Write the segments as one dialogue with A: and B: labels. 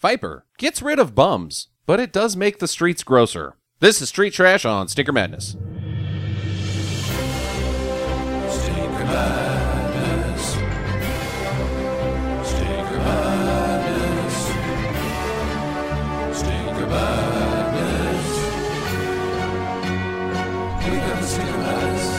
A: Viper gets rid of bums, but it does make the streets grosser. This is Street Trash on Stinker Madness.
B: Stinker Madness. Stinker Madness. Stinker Madness. We got the Stinker Madness.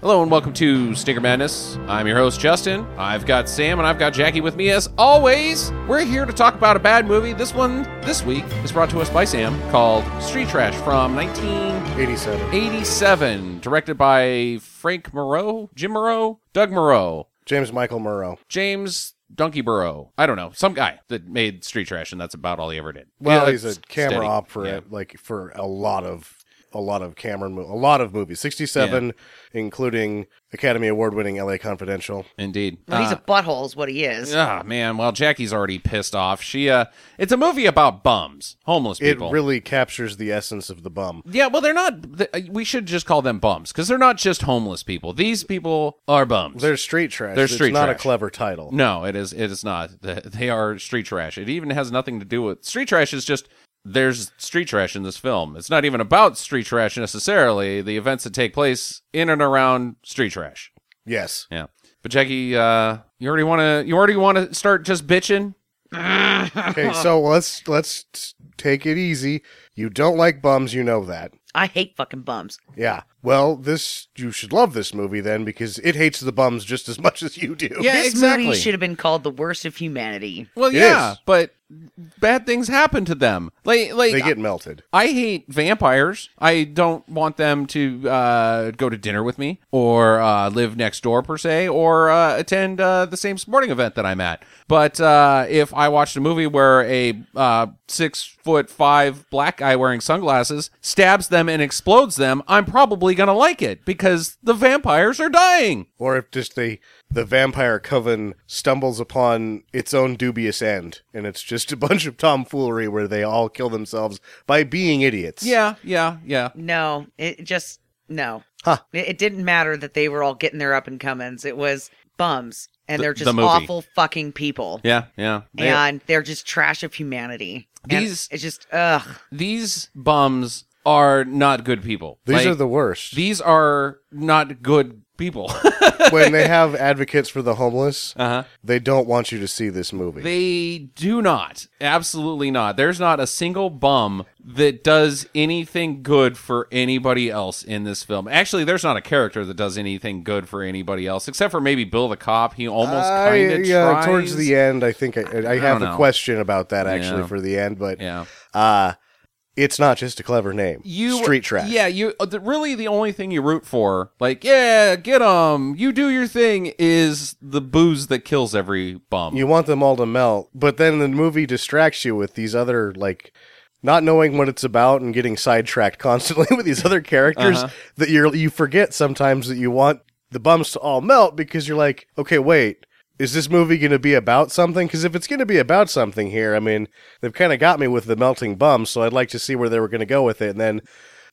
A: Hello and welcome to Stinker Madness. I'm your host, Justin. I've got Sam and I've got Jackie with me as always. We're here to talk about a bad movie. This one this week is brought to us by Sam called Street Trash from
C: 87.
A: 1987, directed by Frank Moreau, Jim Moreau, Doug Moreau.
C: James Michael Murrow.
A: James Donkey Burrow. I don't know. Some guy that made Street Trash, and that's about all he ever did.
C: Well,
A: Yeah,
C: he's a
A: s-
C: camera
A: steady.
C: op for
A: Yeah.
C: it, like for a lot of a lot of Cameron mo- a lot of movies. 67 including Academy Award winning LA Confidential.
A: Indeed. Uh,
D: Well, he's a butthole, is what he is.
A: Ah man, well Jackie's already pissed off. She uh it's a movie about bums, homeless
C: It
A: people.
C: really captures the essence of the bum.
A: yeah, well they're not th- uh, we should just call them bums cuz they're not just homeless people. These people are bums.
C: They're street trash.
A: They're
C: It's
A: street
C: not
A: trash.
C: a clever title.
A: no, it is it is not. Th- They are street trash. It even has nothing to do with street trash is just there's street trash in this film. It's not even about street trash necessarily, the events that take place in and around street trash.
C: Yes.
A: Yeah. But Jackie, uh, you already want to you already want to start just bitching.
C: Okay, so let's let's t- take it easy. You don't like bums, you know that.
D: I hate fucking bums.
C: Yeah. Well, this you should love this movie then because it hates the bums just as much as you do.
A: Yeah,
D: this
A: exactly.
D: movie should have been called "The Worst of Humanity."
A: Well,
C: It
A: yeah,
C: is.
A: but bad things happen to them. Like like
C: They get melted.
A: I hate vampires. I don't want them to uh, go to dinner with me or uh, live next door per se or uh, attend uh, the same sporting event that I'm at. But uh, if I watched a movie where a uh, six foot five black guy wearing sunglasses stabs them and explodes them, I'm probably gonna like it because the vampires are dying.
C: or if just the the vampire coven stumbles upon its own dubious end and it's just a bunch of tomfoolery where they all kill themselves by being idiots
A: Yeah, yeah, yeah.
D: No, it just no. It, it didn't matter that they were all getting their up and comings. It was bums, and
A: The-
D: they're
A: the
D: just
A: movie.
D: awful fucking people,
A: Yeah, yeah. They-
D: and they're just trash of humanity. And
A: These-
D: it's just ugh.
A: these bums are not good people.
C: these
A: Like,
C: are the worst
A: these are not good people.
C: when they have advocates for the homeless
A: Uh-huh.
C: they don't want you to see this movie
A: they do not. Absolutely not. There's not a single bum that does anything good for anybody else in this film. Actually, there's not a character that does anything good for anybody else except for maybe Bill the cop. He almost
C: I-
A: kind of
C: yeah,
A: tries.
C: towards the end i think i, I, have
A: know.
C: a question about that actually
A: Yeah.
C: for the end but
A: Yeah.
C: uh it's not just a clever name
A: you
C: street trash
A: Yeah, you uh, the, really the only thing you root for, like yeah, get 'em, you do your thing, is the booze that kills every bum.
C: You want them all to melt, but then the movie distracts you with these other like not knowing what it's about and getting sidetracked constantly with these other characters that you're you forget sometimes that you want the bums to all melt because you're like, okay, wait, is this movie going to be about something? Because if it's going to be about something here, I mean, they've kind of got me with the melting bum, so I'd like to see where they were going to go with it, and then.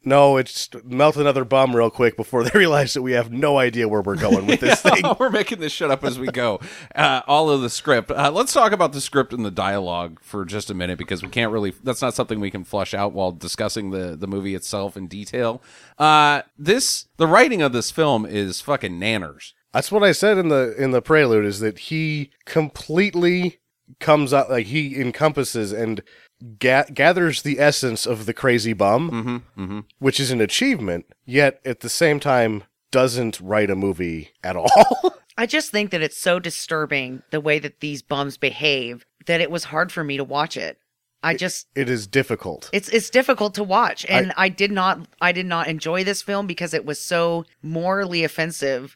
C: No, it's melt another bum real quick before they realize that we have no idea where we're going with this thing.
A: We're making this shit up as we go. Uh, all of the script. Uh, let's talk about the script and the dialogue for just a minute because we can't really. That's not something we can flush out while discussing the the movie itself in detail. Uh, this the writing of this film is fucking nanners.
C: That's what I said in the in the prelude is that he completely comes out like he encompasses and ga- gathers the essence of the crazy bum, which is an achievement. Yet at the same time, doesn't write a movie at all.
D: I just think that it's so disturbing the way that these bums behave that it was hard for me to watch it. I just
C: it is difficult.
D: it's it's difficult to watch and I, did not i did not enjoy this film because it was so morally offensive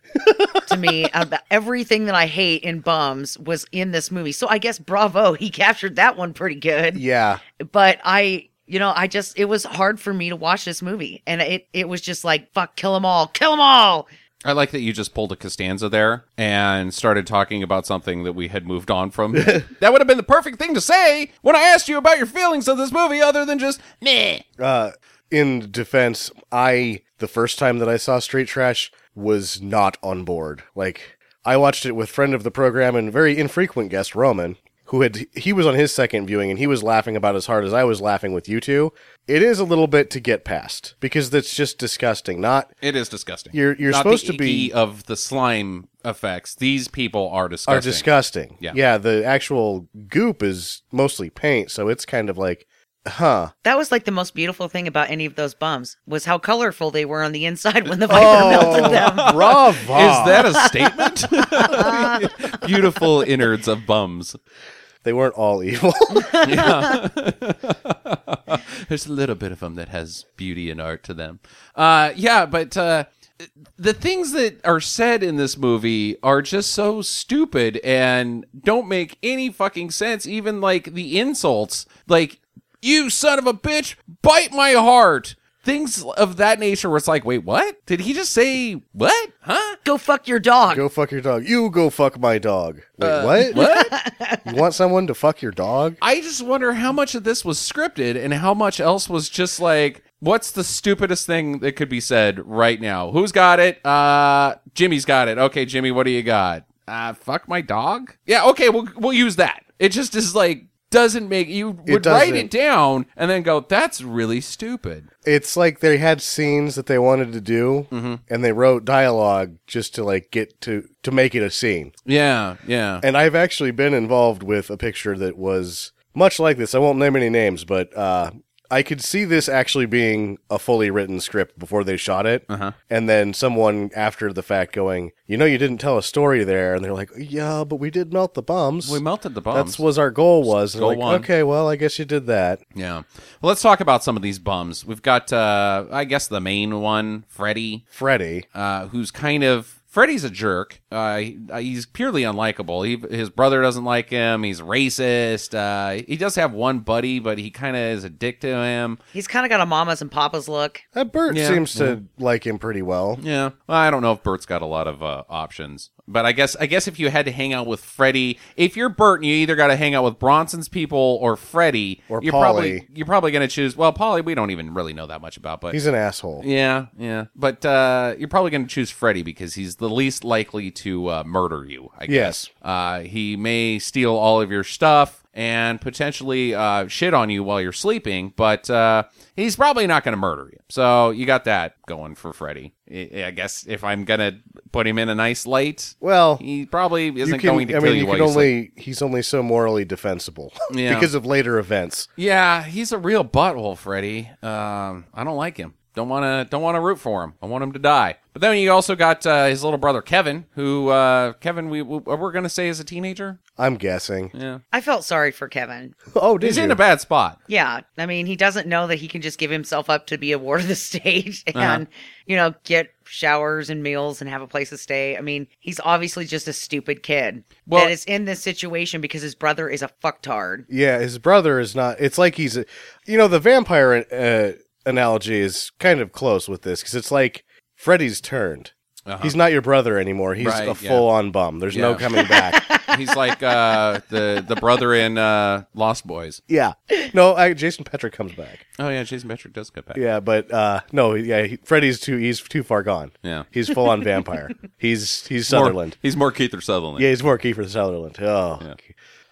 D: to me about everything that i hate in bums was in this movie so i guess bravo he captured that one pretty good
C: yeah,
D: but i you know i just it was hard for me to watch this movie and it it was just like fuck kill them all kill them all
A: I like that you just pulled a Costanza there and started talking about something that we had moved on from. that would have been the perfect thing to say when I asked you about your feelings of this movie, other than just meh.
C: uh, in defense, I the first time that I saw Street Trash was not on board. Like I watched it with friend of the program and very infrequent guest Roman, who had he was on his second viewing and he was laughing about as hard as I was laughing with you two. It is a little bit to get past because that's just disgusting. Not
A: It is disgusting.
C: You're- you're
A: Not
C: supposed
A: the
C: to be-
A: icky of the slime effects. These people are disgusting.
C: are disgusting.
A: Yeah.
C: the actual goop is mostly paint, so it's kind of like, huh?
D: That was like the most beautiful thing about any of those bums was how colorful they were on the inside when the viper melted them.
C: bravo!
A: Is that a statement? Beautiful innards of bums.
C: they weren't all evil?
A: There's a little bit of them that has beauty and art to them. Uh, yeah, but uh, the things that are said in this movie are just so stupid and don't make any fucking sense. Even like the insults, like "you son of a bitch, bite my heart." Things of that nature, where it's like, wait, what? Did he just say what? Huh?
D: Go fuck your dog.
C: go fuck your dog. You go fuck my dog. Wait, what?
A: Uh, What?
C: You want someone to fuck your dog?
A: I just wonder how much of this was scripted and how much else was just like, what's the stupidest thing that could be said right now? Who's got it? Uh, Jimmy's got it. Okay, Jimmy, what do you got? Uh, fuck my dog. Yeah, okay, we'll we'll use that. It just is like doesn't make you would write it
C: doesn't.
A: down and then go, that's really stupid.
C: It's like they had scenes that they wanted to do,
A: Mm-hmm.
C: and they wrote dialogue just to like get to to make it a scene.
A: Yeah, yeah.
C: And I've actually been involved with a picture that was much like this. I won't name any names, but uh, I could see this actually being a fully written script before they shot it. Uh-huh. And then someone after the fact going, You know, you didn't tell a story there. And they're like, Yeah, but we did melt the bombs.
A: we melted the bombs.
C: That's what our goal was. And
A: Goal
C: like,
A: one.
C: Okay, well, I guess you did that.
A: yeah. Well, let's talk about some of these bums. We've got, uh, I guess, the main one, Freddie.
C: Freddy.
A: uh, who's kind of Freddy's a jerk. Uh, he- uh, he's purely unlikable. He, his brother doesn't like him. He's racist. Uh, he does have one buddy, but he kind of is a dick to him.
D: He's kind of got a mama's and papa's look.
C: That Uh, Bert
A: Yeah.
C: seems to like him pretty well.
A: Yeah. Well, I don't know if Bert's got a lot of uh, options, but I guess I guess if you had to hang out with Freddy, if you're Bert and you either got to hang out with Bronson's people or Freddy,
C: Or
A: you're
C: Polly.
A: probably you're probably going to choose. Well, Polly, we don't even really know that much about, but
C: He's an asshole.
A: Yeah, yeah. But uh, you're probably going to choose Freddy because he's the least likely to uh, murder you, I guess.
C: Yes.
A: Uh, he may steal all of your stuff and potentially uh, shit on you while you're sleeping, but uh, he's probably not going to murder you. So you got that going for Freddy. I I guess if I'm going to put him in a nice light,
C: Well,
A: he probably
C: you
A: isn't
C: can,
A: going to
C: I
A: kill
C: mean,
A: you
C: you
A: while
C: can
A: you sleep.
C: only, he's only so morally defensible
A: Yeah.
C: because of later events.
A: Yeah, he's a real butthole, Freddy. Um, I don't like him. Don't want to. Don't want to root for him. I want him to die. But then you also got uh, his little brother Kevin, who uh, Kevin we we- we're gonna say is a teenager.
C: I'm guessing.
D: I felt sorry for Kevin.
C: Oh, did
A: He's
C: you?
A: in a bad spot.
D: Yeah, I mean, he doesn't know that he can just give himself up to be a ward of the stage
A: Uh-huh.
D: and, you know, get showers and meals and have a place to stay. I mean, he's obviously just a stupid kid
A: Well-
D: that is in this situation because his brother is a fucktard.
C: yeah, his brother is not. It's like he's, a, you know, the vampire uh, analogy is kind of close with this because it's like Freddy's turned. He's not your brother anymore. He's
A: Uh-huh. Right,
C: a
A: yeah.
C: full on bum. There's no
A: Yeah.
C: coming back.
A: He's like uh, the the brother in uh, Lost Boys.
C: yeah. No, I, Jason Petrick comes back.
A: Oh yeah, Jason Patrick does go back.
C: Yeah, but uh, no, yeah, he, Freddy's too. He's too far gone.
A: Yeah.
C: He's full on vampire. he's he's
A: More-
C: Sutherland.
A: he's more Keith or Sutherland.
C: yeah, he's more Kiefer Sutherland. Oh,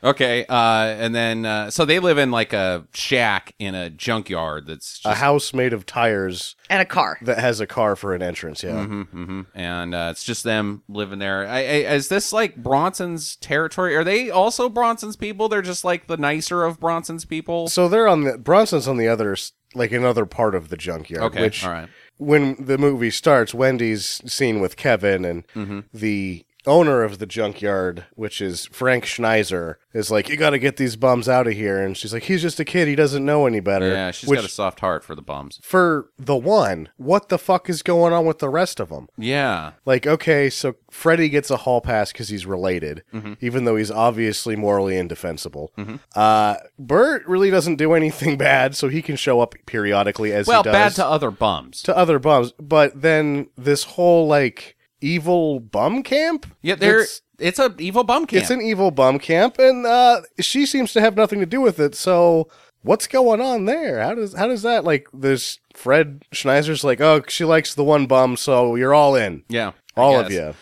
A: Okay. Uh, and then uh, so they live in like a shack in a junkyard that's
C: a
A: just
C: house made of tires
D: And a car.
C: that has a car for an entrance. Yeah.
A: hmm And uh, it's just them living there. I, I, is this like Bronson's territory? Are they also Bronson's people? They're just like the nicer of Bronson's people.
C: So they're on the Bronson's on the other s- like another part of the junkyard.
A: Okay,
C: Which
A: all right.
C: when the movie starts, Wendy's seen with Kevin and
A: Mm-hmm.
C: the owner of the junkyard, which is Frank Schneiser, is like, "You got to get these bums out of here." And she's like, "He's just a kid. He doesn't know any better."
A: Yeah, she's
C: which,
A: got a soft heart for the bums.
C: for the one, what the fuck is going on with the rest of them?
A: Yeah,
C: Like, okay, so Freddy gets a hall pass because he's related,
A: Mm-hmm.
C: even though he's obviously morally indefensible. Uh, Bert really doesn't do anything bad, so he can show up periodically as
A: well,
C: he does
A: bad to other bums.
C: to other bums. But then this whole like evil bum camp.
A: yeah, they're
C: It's,
A: it's, a evil bum camp.
C: it's an evil bum camp, and uh, she seems to have nothing to do with it. So what's going on there? How does how does that like this? Fred Schneiser's like, oh, she likes the one bum, so you're all in,
A: yeah, I
C: all of
A: guess.
C: you.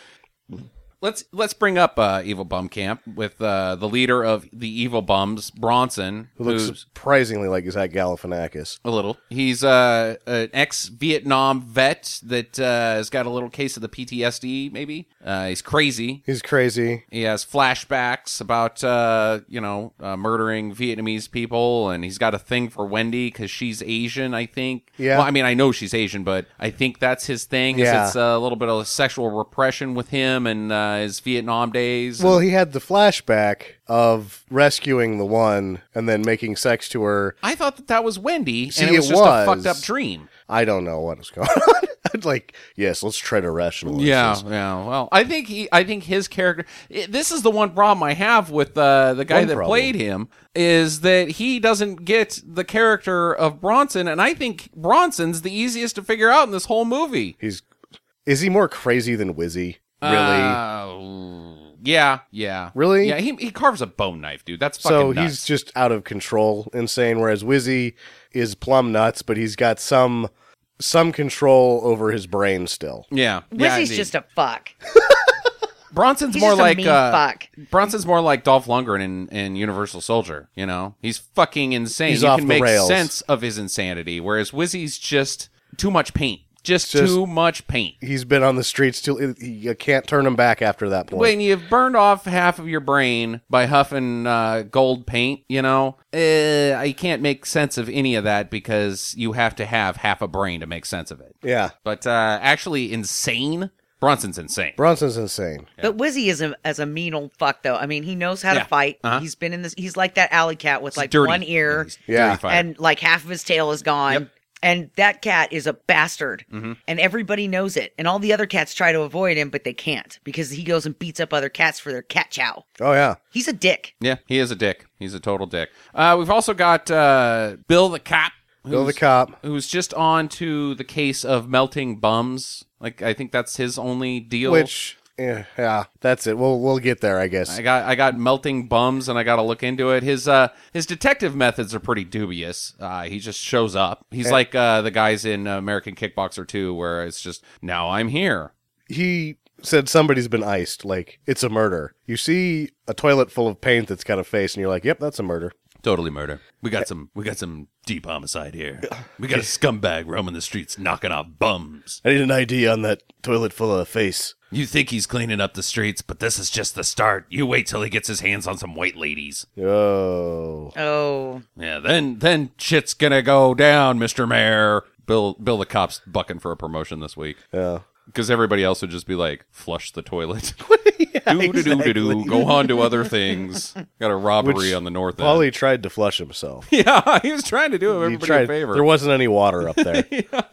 A: Let's let's bring up uh, Evil Bum Camp with uh, the leader of the Evil Bums, Bronson,
C: Who looks
A: who's
C: surprisingly like Zach Galifianakis.
A: a little. He's uh, an ex Vietnam vet that uh, has got a little case of the PTSD. Maybe uh, he's crazy.
C: He's crazy.
A: He has flashbacks about uh, you know uh, murdering Vietnamese people, and he's got a thing for Wendy because she's Asian, I think.
C: Yeah.
A: Well, I mean, I know she's Asian, but I think that's his thing. Is
C: Yeah.
A: it's a little bit of sexual repression with him and uh, his Vietnam days.
C: Well, he had the flashback of rescuing the one and then making sex to her.
A: I thought that that was Wendy,
C: See,
A: and it was
C: it
A: just a
C: was.
A: fucked up dream.
C: I don't know what is going on. I'd like, yes, let's try to rationalize.
A: Yeah,
C: this.
A: yeah. Well, I think he, I think his character. i this is the one problem I have with uh, the guy
C: One
A: that
C: problem.
A: played him is that he doesn't get the character of Bronson, and I think Bronson's the easiest to figure out in this whole movie.
C: he's is he more crazy than Wizzy? Really?
A: Uh, yeah, yeah.
C: Really?
A: Yeah. He, he carves a bone knife, dude. That's fucking
C: so
A: nuts.
C: he's just out of control, insane. Whereas Wizzy is plumb nuts, but he's got some some control over his brain still.
A: yeah. yeah,
D: Wissy's
A: indeed.
D: just a fuck.
A: Bronson's
D: He's
A: more
D: just a
A: like
D: mean
A: uh,
D: fuck.
A: Bronson's more like Dolph Lundgren in, in Universal Soldier. You know, he's fucking insane.
C: He's
A: you
C: off
A: can
C: the
A: make
C: rails.
A: sense of his insanity, whereas Wizzy's just too much paint. Just,
C: Just-
A: too much paint.
C: He's been on the streets till you can't turn him back after that point.
A: When you've burned off half of your brain by huffing uh, gold paint, you know, uh, I can't make sense of any of that because you have to have half a brain to make sense of it.
C: yeah,
A: But uh, actually, insane. Bronson's insane.
C: Bronson's insane.
D: But Wizzy is a as a mean old fuck though. I mean, he knows how
A: Yeah.
D: to fight.
A: Uh-huh.
D: He's been in this. He's like that alley cat with like
A: dirty.
D: one ear
A: He's
C: Yeah.
A: dirty fire.
D: and like half of his tail is gone. And that cat is a bastard, and everybody knows it. And all the other cats try to avoid him, but they can't because he goes and beats up other cats for their cat chow.
C: Oh yeah,
D: He's a dick.
A: Yeah, he is a dick. He's a total dick. Uh, we've also got uh, Bill the cop. Who's,
C: Bill the cop.
A: Who's just on to the case of melting bums. Like I think that's his only deal.
C: Which eh, yeah, that's it. We'll we'll get there, I guess.
A: I got I got melting bums and I got to look into it. His uh his detective methods are pretty dubious. Uh, he just shows up. He's like uh, the guys in American Kickboxer 2 where it's just now I'm here.
C: he said somebody's been iced. Like it's a murder. You see a toilet full of paint that's got a face, and you're like, yep, that's a murder.
A: Totally murder. We got some we got some deep homicide here. We got a scumbag roaming the streets knocking off bums.
C: I need an ID on that toilet full of face.
A: You think he's cleaning up the streets, but this is just the start. You wait till he gets his hands on some white ladies.
C: Oh,
D: Oh,
A: Yeah, then then shit's gonna go down, Mister Mayor. Bill Bill the cop's bucking for a promotion this week
C: yeah.
A: because everybody else would just be like, flush the toilet, do do do do do,
C: exactly.
A: go on to other things. Got a robbery
C: Which
A: on the north end.
C: Polly tried to flush himself.
A: yeah, he was trying to do
C: He
A: everybody a
C: tried.
A: favor.
C: There wasn't any water up there,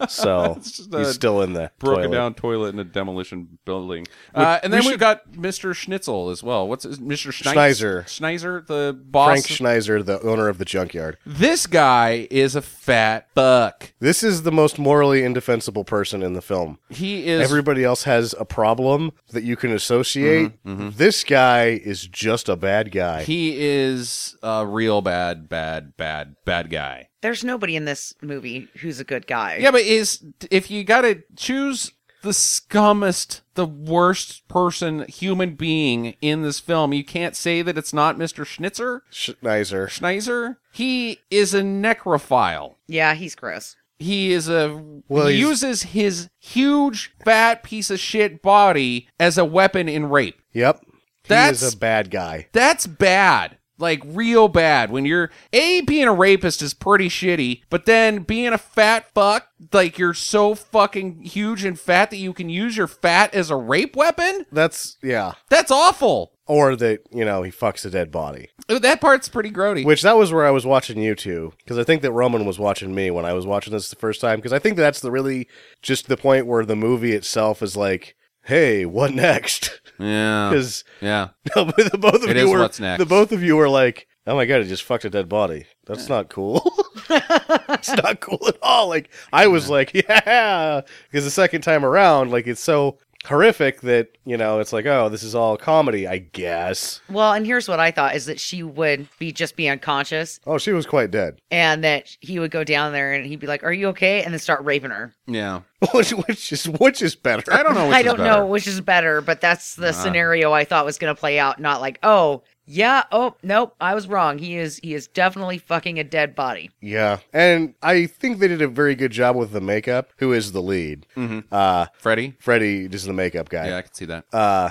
C: so
A: just a
C: he's still in the
A: broken
C: toilet.
A: down toilet in a demolition building. Uh, and then we have got Mr. Schnitzel as well. What's his, Mr. Schneitz-
C: Schneizer.
A: Schneizer, the boss.
C: Frank Schneiser, the owner of the junkyard.
A: this guy is a fat buck.
C: This is the most morally indefensible person in the film.
A: He is.
C: Everybody else has a problem that you can associate. This guy is just a bad guy.
A: Mm-hmm, he is a real bad, bad, bad, bad guy.
D: there's nobody in this movie who's a good guy.
A: Yeah, but is if you gotta choose the scummest, the worst person, human being in this film, you can't say that it's not Mr. Schnitzer,
C: Schneiser.
A: Schneizer. He is a necrophile.
D: yeah, he's gross.
A: he is a
C: Well,
A: he
C: he's-
A: uses his huge fat piece of shit body as a weapon in rape.
C: Yep. he
A: That's-
C: is a bad guy.
A: That's bad. Like real bad. When you're A being a rapist is pretty shitty, but then being a fat fuck, like you're so fucking huge and fat that you can use your fat as a rape weapon?
C: That's yeah.
A: That's awful.
C: Or that, you know, he fucks a dead body.
A: That part's pretty grody.
C: Which that was where I was watching you two because I think that Roman was watching me when I was watching this the first time because I think that's the really just the point where the movie itself is like, "Hey, what next?"
A: yeah.
C: Because
A: Yeah.
C: the both of
A: It
C: you
A: is
C: were
A: what's next.
C: the both of you were like, "Oh my god, he just fucked a dead body. That's not cool." it's not cool at all. Like I was like, "Yeah," because the second time around, like it's so horrific that you know it's like oh this is all comedy i guess
D: Well, and here's what I thought is that she would be just be unconscious
C: oh she was quite dead
D: and that he would go down there and he'd be like, Are you okay? And then start raping her.
A: Yeah.
C: which, which is which is better
A: I don't know. Which
D: I
A: is
D: don't
A: better.
D: know which is better, but that's the scenario I thought was gonna play out, not like, oh, yeah, oh nope, I was wrong. He is he is definitely fucking a dead body.
C: yeah and i think they did a very good job with the makeup who is the lead uh
A: Freddy.
C: freddie is the makeup guy
A: Mm-hmm. Yeah, I can see that.
C: uh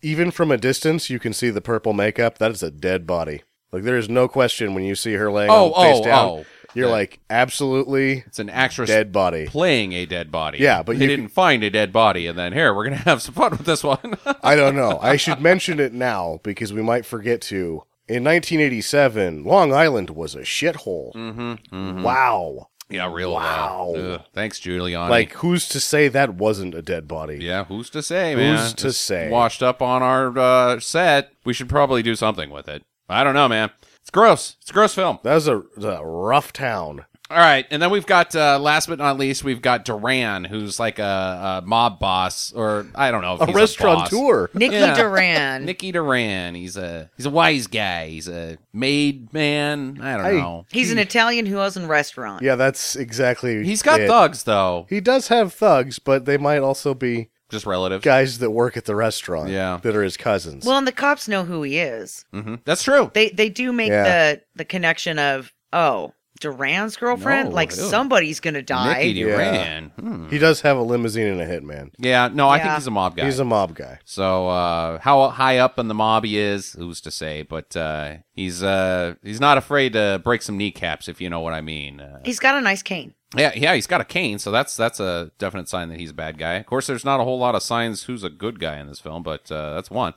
C: even from a distance you can see the purple makeup that is a dead body like there is no question when you see her laying
A: Oh,
C: on face
A: oh,
C: down
A: oh.
C: you're
A: Yeah.
C: like absolutely
A: It's an actress
C: dead body
A: playing a dead body.
C: Yeah, but
A: they
C: you
A: didn't find a dead body, and then here we're gonna have some fun with this one.
C: I don't know. I should mention it now because we might forget to. In 1987, Long Island was a shithole.
A: Mm-hmm,
C: Wow.
A: yeah, real
C: Wow.
A: loud. Ugh. Thanks, Giuliani.
C: Like, who's to say that wasn't a dead body?
A: yeah, who's to say, man?
C: Who's to
A: It's
C: say?
A: Washed up on our uh, set. We should probably do something with it. I don't know, man. It's gross. It's a gross film.
C: That was a, a rough town.
A: All right, and then we've got uh, last but not least, we've got Duran, who's like a, a mob boss, or I don't know, if
C: A
A: he's A boss.
C: restaurateur.
D: Nikki
A: Yeah.
D: Duran.
A: Nicky Duran, he's a he's a wise guy. He's a made man. I don't
C: I-
A: know.
D: He's an Italian who owns a restaurant.
C: Yeah, that's exactly.
A: He's got
C: it.
A: thugs though,
C: He does have thugs, but they might also be
A: just relatives.
C: guys that work at the restaurant
A: Yeah.
C: that are his cousins.
D: Well, and the cops know who he is.
A: hmm That's true.
D: They they do make
C: Yeah.
D: the the connection of oh Duran's girlfriend,
A: No,
D: like
A: ew.
D: somebody's gonna die.
A: Nicky
C: Yeah.
A: Duran. Hmm.
C: he does have a limousine and a hitman.
A: Yeah, no, I think
D: Yeah.
A: he's a mob guy.
C: He's a mob guy.
A: so uh, how high up in the mob he is, who's to say? But uh, he's uh, he's not afraid to break some kneecaps, if you know what I mean. Uh,
D: He's got a nice cane.
A: Yeah, yeah, he's got a cane, so that's that's a definite sign that he's a bad guy. Of course, there's not a whole lot of signs who's a good guy in this film, but uh, that's one.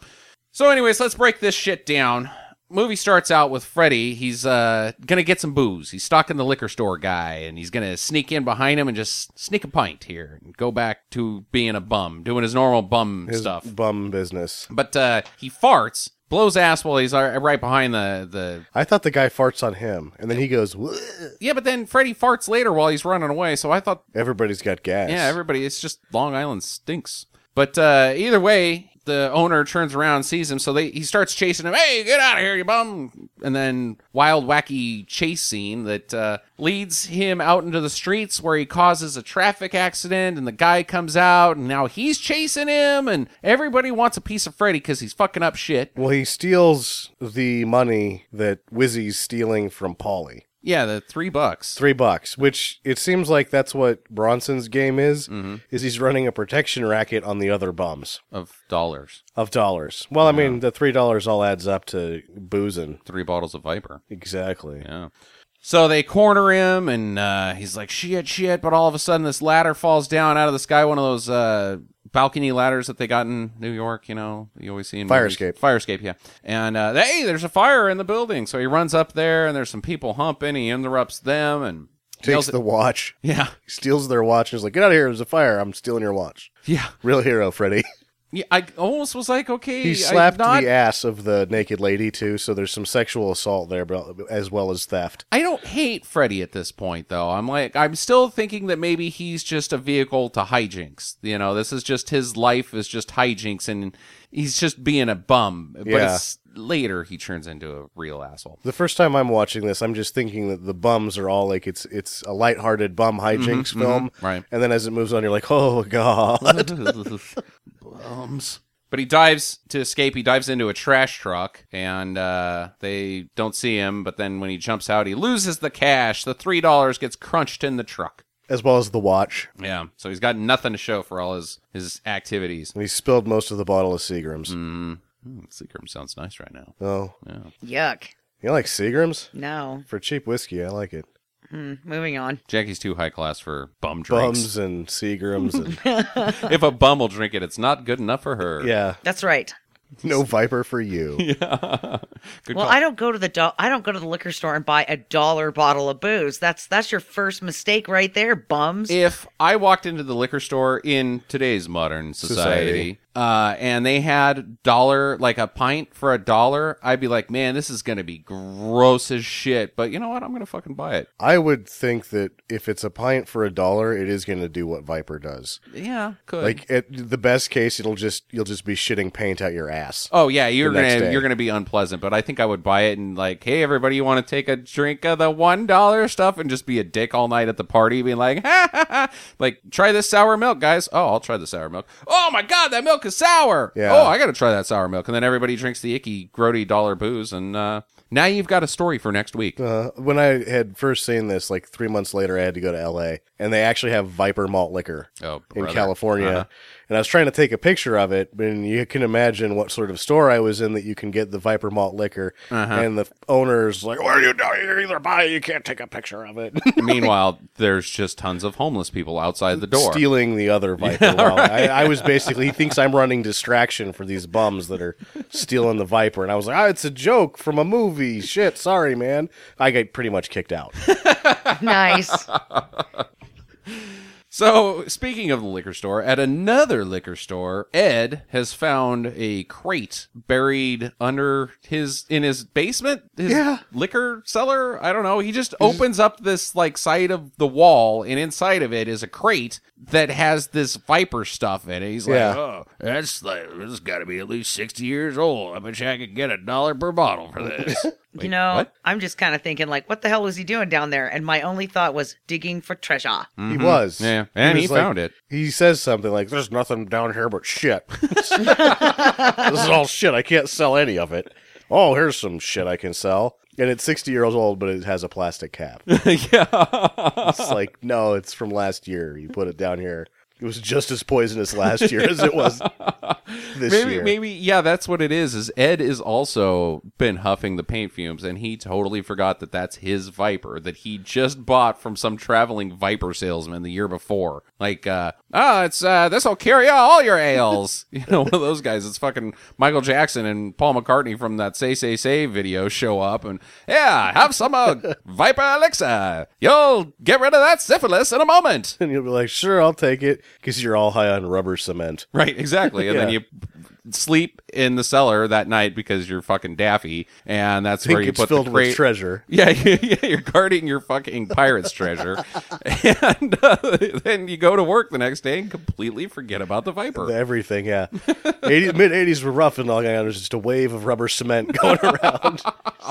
A: So, anyways, let's break this shit down. Movie starts out with Freddy. He's uh, gonna get some booze. He's stalking the liquor store guy, and he's gonna sneak in behind him and just sneak a pint here and go back to being a bum, doing his normal bum
C: His
A: stuff.
C: bum business.
A: But uh, he farts, blows ass while he's uh, right behind the the
C: I thought the guy farts on him, and then he goes, "Whoa."
A: yeah. But then Freddy farts later while he's running away. So I thought
C: Everybody's got gas.
A: Yeah, everybody. It's just Long Island stinks. But uh, either way, the owner turns around, sees him, so they he starts chasing him. Hey, get out of here, you bum! And then wild, wacky chase scene that uh, leads him out into the streets where he causes a traffic accident, and the guy comes out, and now he's chasing him, and everybody wants a piece of Freddy because he's fucking up shit.
C: well, he steals the money that Wizzy's stealing from Polly.
A: Yeah, the three bucks.
C: Three bucks, which it seems like that's what Bronson's game is,
A: Mm-hmm.
C: is he's running a protection racket on the other bums
A: Of dollars,
C: of dollars. Well, I mean, the three dollars all adds up to boozing.
A: three bottles of Viper.
C: Exactly.
A: Yeah. So they corner him, and uh, he's like, "Shit, shit!" But all of a sudden, this ladder falls down out of the sky. One of those uh, balcony ladders that they got in New York. You know, you always see in
C: Fire
A: movies.
C: escape.
A: Fire escape, yeah. And uh, hey, there's a fire in the building. So he runs up there, and there's some people humping. He interrupts them, and
C: Takes
A: yells at-
C: the watch,
A: yeah,
C: He steals their watch, and is like, "Get out of here! There's a fire! I'm stealing your watch."
A: yeah,
C: Real hero, Freddy.
A: yeah. I almost was like, okay,
C: He slapped
A: I'm not
C: the ass of the naked lady too, so there's some sexual assault there, but as well as theft.
A: I don't hate Freddy at this point, though. I'm like, I'm still thinking that maybe he's just a vehicle to hijinks. You know, this is just his life is just hijinks, and he's just being a bum. But
C: Yeah.
A: it's later he turns into a real asshole.
C: The first time I'm watching this, I'm just thinking that the bums are all like it's it's a lighthearted bum hijinks film,
A: Mm-hmm, right.
C: And then as it moves on, you're like, oh god,
A: Bums. But he dives to escape. He dives into a trash truck, and uh, they don't see him. But then when he jumps out, he loses the cash. The three dollars gets crunched in the truck.
C: as well as the watch,
A: Yeah, so he's got nothing to show for all his his activities.
C: and he spilled most of the bottle of Seagrams.
A: Hmm, Seagram sounds nice right now.
C: Oh,
D: Yuck.
C: you like Seagrams
D: No.
C: for cheap whiskey? I like it.
D: Moving on.
A: Jackie's too high class for bum drinks.
C: Bums and Seagrams, and
A: if a bum will drink it, it's not good enough for her.
C: yeah,
D: That's right.
C: no Viper for you.
A: Good
D: Well,
A: call.
D: I don't go to the do- I don't go to the liquor store and buy a dollar bottle of booze. That's that's your first mistake right there, bums.
A: if I walked into the liquor store in today's modern society, uh, and they had dollar like a pint for a dollar, I'd be like, man, this is gonna be gross as shit. But you know what? I'm gonna fucking buy it.
C: I would think that if it's a pint for a dollar, it is going to do what Viper does.
A: Yeah, could
C: Like at the best case, it'll just you'll just be shitting paint out your ass.
A: Oh yeah, you're
C: next
A: gonna
C: day.
A: you're gonna be unpleasant, but I think I would buy it and like, hey everybody, you want to take a drink of the one dollar stuff and just be a dick all night at the party, being like, ha ha ha, like try this sour milk, guys. Oh, I'll try the sour milk. Oh my god, that milk is sour.
C: Yeah.
A: Oh, I gotta try that sour milk, and then everybody drinks the icky grody dollar booze, and uh, now you've got a story for next week.
C: Uh, when I had first seen this, like three months later, I had to go to L.A. and they actually have Viper malt liquor
A: Oh,
C: in
A: brother.
C: California.
A: Uh-huh.
C: And I was trying to take a picture of it, and you can imagine what sort of store I was in that you can get the Viper malt liquor.
A: Uh-huh.
C: And the owner's like, "What are you doing? You're either by you can't take a picture of it."
A: Meanwhile, there's just tons of homeless people outside the door.
C: Stealing the other Viper. well, I, I was basically, he thinks I'm running distraction for these bums that are stealing the Viper. And I was like, ah, it's a joke from a movie. Shit, sorry, man. I got pretty much kicked out.
D: Nice.
A: So, speaking of the liquor store, at another liquor store, Ed has found a crate buried under his in his basement, his
C: Yeah.
A: liquor cellar. I don't know. He just opens up this like side of the wall, and inside of it is a crate that has this viper stuff in it. He's like,
C: Yeah.
A: "Oh, that's like this has got to be at least sixty years old. I bet you I could get a dollar per bottle for this."
D: you know,
A: what?
D: I'm just kind of thinking, like, what the hell was he doing down there? And my only thought was digging for treasure.
A: Hmm.
C: He was.
A: Mm-hmm. Yeah, and he
C: was like-
A: found it.
C: He says something like, There's nothing down here but shit. this is all shit. I can't sell any of it. Oh, here's some shit I can sell. And it's 60 years old, but it has a plastic cap.
A: yeah.
C: It's like, no, it's from last year. You put it down here. It was just as poisonous last year as it was this
A: maybe
C: year.
A: maybe yeah that's what it is is ed is also been huffing the paint fumes and he totally forgot that that's his viper that he just bought from some traveling viper salesman the year before like uh ah it's uh this'll carry out all your ales you know one of those guys it's fucking michael jackson and paul mccartney from that say say say video show up and yeah have some uh, viper elixir you'll get rid of that syphilis in a moment
C: And you'll be like, sure, I'll take it because you're all high on rubber cement.
A: Right, exactly. And then
C: Yeah.
A: you sleep in the cellar that night because you're fucking daffy, and that's
C: I
A: where
C: think
A: you
C: it's
A: put
C: filled
A: the crate.
C: with treasure.
A: yeah, yeah, you're guarding your fucking pirate's treasure, and uh, then you go to work the next day and completely forget about the viper.
C: Everything, yeah. 80s, Mid 80s were rough in Long Island. There's just a wave of rubber cement going around.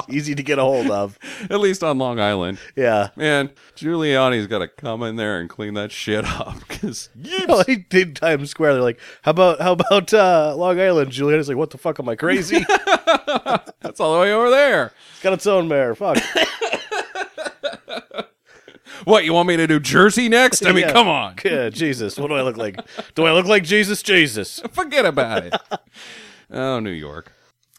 C: Easy to get a hold of.
A: At least on Long Island,
C: Yeah.
A: man, Giuliani's got to come in there and clean that shit up because
C: Like did Times Square. They're like, how about how about uh, Long Island? Juliana's like, what the fuck? Am I crazy? it's
A: that's all the way over there.
C: got its own mayor. Fuck.
A: What you want me to do, Jersey next? I mean,
C: Yeah.
A: come on.
C: Yeah, Jesus. What do I look like? Do I look like Jesus? Jesus.
A: Forget about it. oh, New York.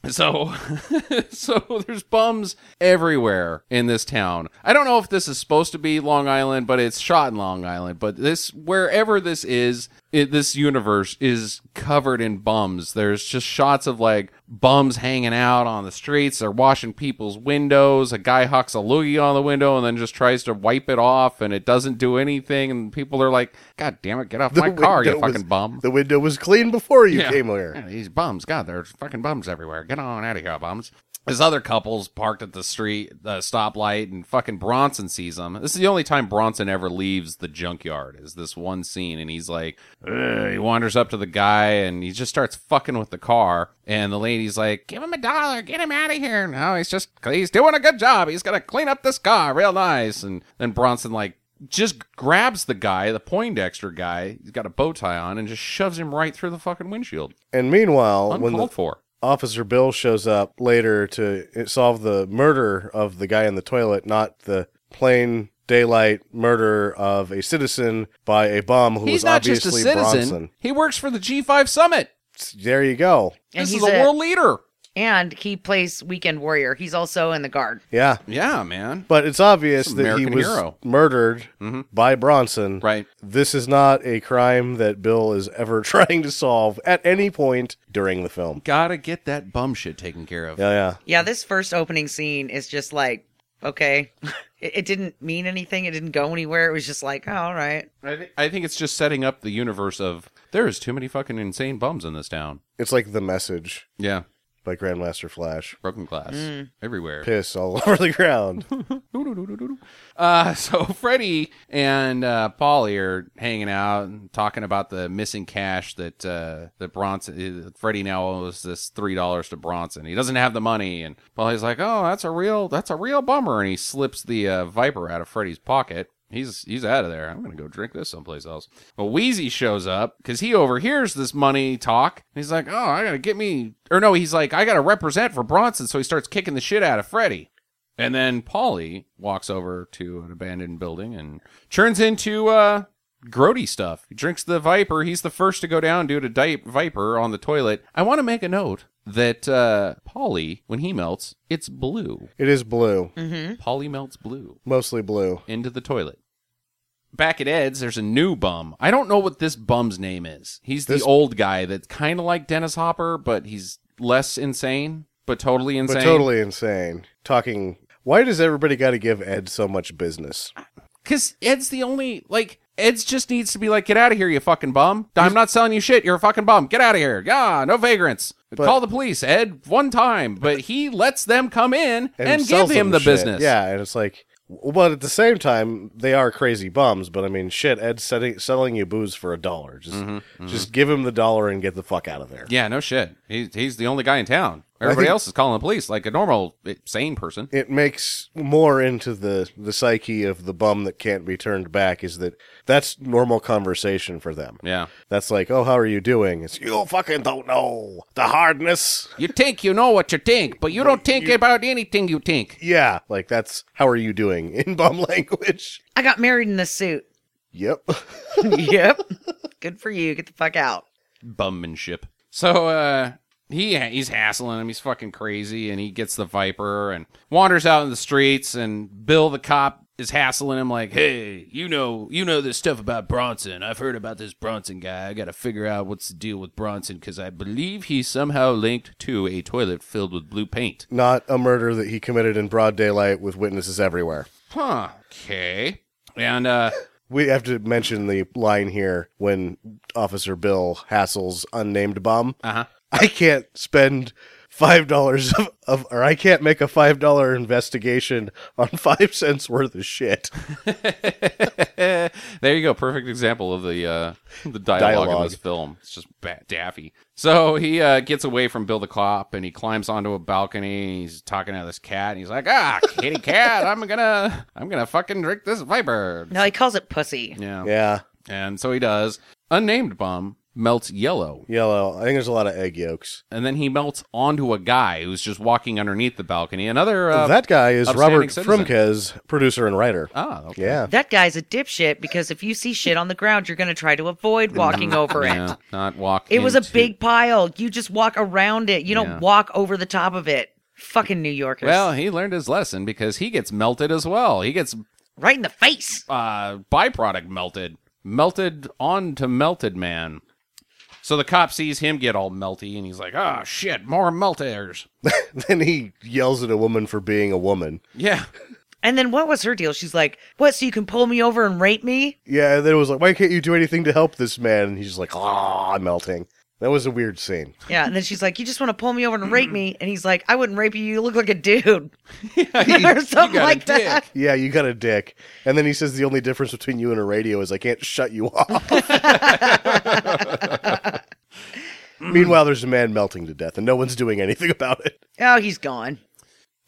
A: So, so there's bums everywhere in this town. I don't know if this is supposed to be Long Island, but it's shot in Long Island. But this, wherever this is, it, this universe is covered in bums. There's just shots of like bums hanging out on the streets. They're washing people's windows. A guy hucks a loogie on the window and then just tries to wipe it off, and it doesn't do anything. And people are like, "God damn it, get off my car, you
C: window was-
A: fucking bum!"
C: The window was clean before you came here.
A: Yeah, these bums, God, there's fucking bums everywhere. Get on out of here, bums. This other couple's parked at the street, the stoplight, and fucking Bronson sees them. This is the only time Bronson ever leaves the junkyard. Is this one scene, and he's like, "Ugh," he wanders up to the guy, and he just starts fucking with the car. And the lady's like, "Give him a dollar, get him out of here." No, he's just he's doing a good job. He's gonna clean up this car real nice. And then Bronson like just grabs the guy, the Poindexter guy, he's got a bow tie on, and just shoves him right through the fucking windshield.
C: And meanwhile, when the
A: Uncalled for.
C: Officer Bill shows up later to solve the murder of the guy in the toilet, not the plain daylight murder of a citizen by a bum who
A: He's
C: was
A: not just a
C: obviously
A: citizen.
C: Bronson.
A: He works for the G5 Summit.
C: There you go.
D: And
A: this
D: he's
A: is a, world leader.
D: and he plays Weekend Warrior. He's also in the guard.
C: Yeah.
A: Yeah, man.
C: But it's obvious
A: It's an
C: that he
A: American
C: was
A: hero. Mm-hmm.
C: murdered by Bronson.
A: Right.
C: This is not a crime that Bill is ever trying to solve at any point during the film.
A: Gotta get that bum shit taken care of.
C: Yeah, yeah.
D: Yeah, this first opening scene is just like, okay, It, it didn't mean anything. It didn't go anywhere. It was just like, oh, all right.
A: I, thi- I think it's just setting up the universe of there is too many fucking insane bums in this town.
C: It's like the message
A: Yeah,
C: by Grandmaster Flash.
A: broken glass
D: Mm.
A: everywhere.
C: Piss all over the ground.
A: Uh, so Freddy and uh, Polly are hanging out and talking about the missing cash that uh, that Bronson. Freddy now owes this three dollars to Bronson. He doesn't have the money, and Polly's like, "Oh, that's a real that's a real bummer." And he slips the uh, Viper out of Freddy's pocket. He's he's out of there. I'm gonna go drink this someplace else. Well, Wheezy shows up because he overhears this money talk. And he's like, "Oh, I gotta get me," or no, he's like, "I gotta represent for Bronson." So he starts kicking the shit out of Freddy. And then Polly walks over to an abandoned building and turns into uh grody stuff. He drinks the Viper. He's the first to go down due to di- Viper on the toilet. I want to make a note that uh Polly, when he melts, it's blue.
C: It is blue,
A: Mm. Polly melts blue
C: mostly blue.
A: into the toilet. Back at Ed's, there's a new bum. I don't know what this bum's name is. He's the
C: This-
A: old guy that's kind of like Dennis Hopper, but he's less insane, but totally
C: But
A: insane.
C: totally insane. Talking. Why does everybody got to give Ed so much business?
A: Because Ed's the only, like, Ed's just needs to be like, get out of here, you fucking bum. I'm not selling you shit. You're a fucking bum. Get out of here. Yeah, no vagrants. Call the police, Ed, one time. But he lets them come in and, give
C: sells
A: him
C: them
A: the
C: shit.
A: business.
C: Yeah, and it's like, w- but at the same time, they are crazy bums. But I mean, shit, Ed's setting, selling you booze for a dollar. Just,
A: Mm-hmm,
C: just give him the dollar and get the fuck out of there.
A: Yeah, no shit. He, he's the only guy in town. Everybody
C: think-
A: else is calling the police like a normal, eh, sane person.
C: It makes more into the the psyche of the bum that can't be turned back. Is that that's normal conversation for them.
A: Yeah.
C: That's like, oh, how are you doing? It's you fucking don't know the hardness.
A: You think you know what you think, but you don't think about anything you think.
C: Yeah, like that's how are you doing in bum language.
D: I got married in this suit.
C: Yep.
D: yep. Good for you. Get the fuck out.
A: bummanship. So uh he he's hassling him. He's fucking crazy, and he gets the viper and wanders out in the streets. And Bill the cop is hassling him like,
E: hey, you know, you know this stuff about Bronson. I've heard about this Bronson guy. I got to figure out what's the deal with Bronson because I believe he's somehow linked to a toilet filled with blue paint.
C: Not a murder that he committed in broad daylight with witnesses everywhere.
A: "Huh, okay." And uh
C: We have to mention the line here when Officer Bill hassles unnamed bum.
A: uh-huh.
C: I can't spend five dollars of, of or I can't make a five dollar investigation on five cents worth of shit.
A: there you go. Perfect example of the uh, the dialogue, in
C: Dialogue.
A: this film. It's just ba- daffy. So he uh, gets away from Bill the cop and he climbs onto a balcony. He's talking to this cat and he's like, "Ah, kitty cat, I'm gonna, I'm gonna fucking drink this viper."
D: No, he calls it pussy.
A: Yeah.
C: Yeah.
A: And so he does. Unnamed bum melts yellow,
C: Yellow. I think there's a lot of egg yolks.
A: and then he melts onto a guy who's just walking underneath the balcony. Another uh,
C: that guy is
A: upstanding
C: Robert
A: citizen.
C: Frumkes, producer and writer.
A: ah, okay.
C: yeah.
D: That guy's a dipshit because if you see shit on the ground, you're going to try to avoid walking over it.
A: Yeah, not walk.
D: It was a
A: into-
D: big pile. You just walk around it. You
A: Yeah.
D: don't walk over the top of it. Fucking New Yorkers.
A: Well, he learned his lesson because he gets melted as well. He gets
D: right in the face.
A: uh, byproduct melted, melted onto melted man. So the cop sees him get all melty, and he's like, "Oh shit, more melters."
C: then he yells at a woman for being a woman.
A: Yeah,
D: And then what was her deal? She's like, "What? So you can pull me over and rape me?"
C: Yeah, and then it was like, why can't you do anything to help this man? And he's just like, ah, I'm melting. That was a weird scene.
D: Yeah. And then she's like, "You just want to pull me over and rape me?" And he's like, "I wouldn't rape you. You look like a dude." or something
A: got a
D: like that.
C: Yeah, you got a dick. And then he says the only difference between you and a radio is I can't shut you off. Meanwhile, there's a man melting to death, and no one's doing anything about it.
D: Oh, he's gone.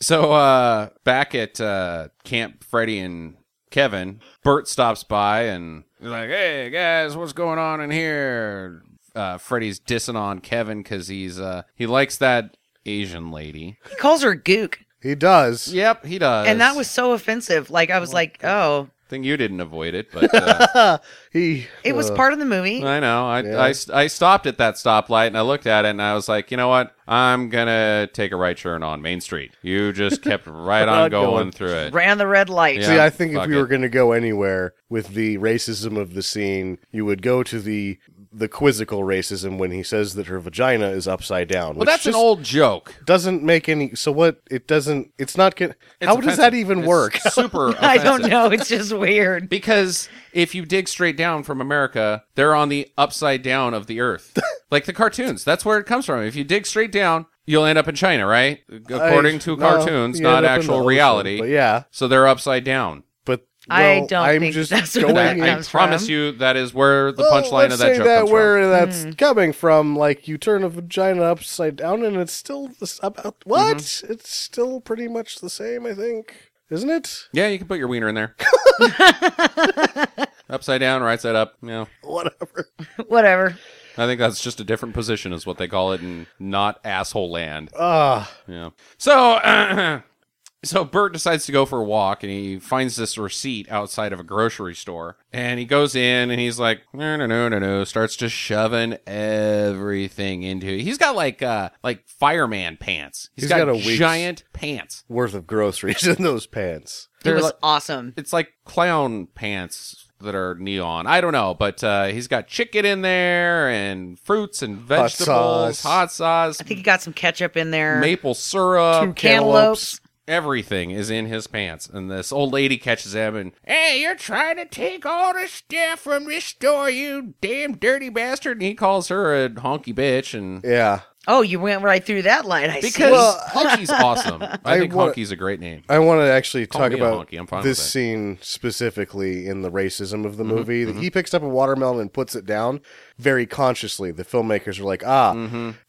A: So uh, back at uh, Camp Freddy and Kevin, Bert stops by and he's like, "Hey guys, what's going on in here?" Uh, Freddy's dissing on Kevin because he's uh, he likes that Asian lady.
D: He calls her gook,
C: He does.
A: Yep, he does.
D: and that was so offensive. Like I was like, "Oh,
A: I think you didn't avoid it, but uh,
C: He
D: it was part of the movie."
A: I know. I,
C: Yeah.
A: I, I stopped at that stoplight and I looked at it and I was like, you know what? I'm going to take a right turn on Main Street. You just kept right on
C: Right
A: going,
C: going.
A: through it.
D: Ran the red light.
A: Yeah.
C: See, I think if
A: fuck
C: we
A: it.
C: were going to go anywhere with the racism of the scene, you would go to the the quizzical racism when he says that her vagina is upside down.
A: Well, that's an old joke.
C: doesn't make any. So what? It doesn't. It's not. Con-
A: It's
C: how does
A: offensive.
C: that even
A: It's
C: work?
A: Super.
D: I don't
A: offensive.
D: know. It's just weird.
A: Because if you dig straight down from America, they're on the upside down of the earth. like the cartoons. That's where it comes from. If you dig straight down, you'll end up in China, right? According to
C: no,
A: cartoons,
C: you
A: not
C: end up in the
A: actual
C: ocean,
A: reality.
C: but yeah,
A: So they're upside down.
C: but
D: I
C: well,
D: don't
C: I'm
D: think
C: just
D: that's where
C: going.
D: that
A: I, I
D: comes from.
A: promise you that is where the
C: Well,
A: punchline
C: Oh, let's
A: of that
C: say
A: joke
C: that
A: comes
C: where that's
D: Hmm.
C: coming from. Like you turn a vagina upside down, and it's still this- about
A: Mm-hmm.
C: what? It's still pretty much the same, I think, isn't it?
A: from. Yeah, you can put your wiener in there. upside down, right side up. Yeah.
C: Whatever.
D: Whatever.
A: I think that's just a different position is what they call it in not asshole land.
C: Ah,
A: Yeah. So, so Bert decides to go for a walk, and he finds this receipt outside of a grocery store, and he goes in, and he's like, no, no, no, no, no, starts just shoving everything into. it. He's got like, uh, like fireman pants.
C: He's
A: he's got,
C: got a week's-
A: giant pants.
C: worth of groceries in those pants.
D: It
A: They're
D: was
A: like-
D: awesome.
A: it's like clown pants that are neon. I don't know, but uh, he's got chicken in there, and fruits and
C: Hot
A: vegetables,
C: sauce.
A: hot sauce
D: I think he got some ketchup in there.
A: maple syrup.
C: Two
D: Cantaloupes.
A: everything is in his pants and this old lady catches him and hey you're trying to take all the stuff from this store you damn dirty bastard and he calls her a honky bitch and
C: Yeah.
D: Oh, you went right through that line. I
A: because
D: see.
A: honky's awesome i,
C: I
A: think
C: wanna-
A: honky's a great name
C: I want to actually talk
A: me a
C: about
A: honky, I'm fine with
C: this
A: that. Mm-hmm,
C: scene specifically in the racism of the movie. That He picks up a watermelon and puts it down very consciously. The filmmakers are like, ah.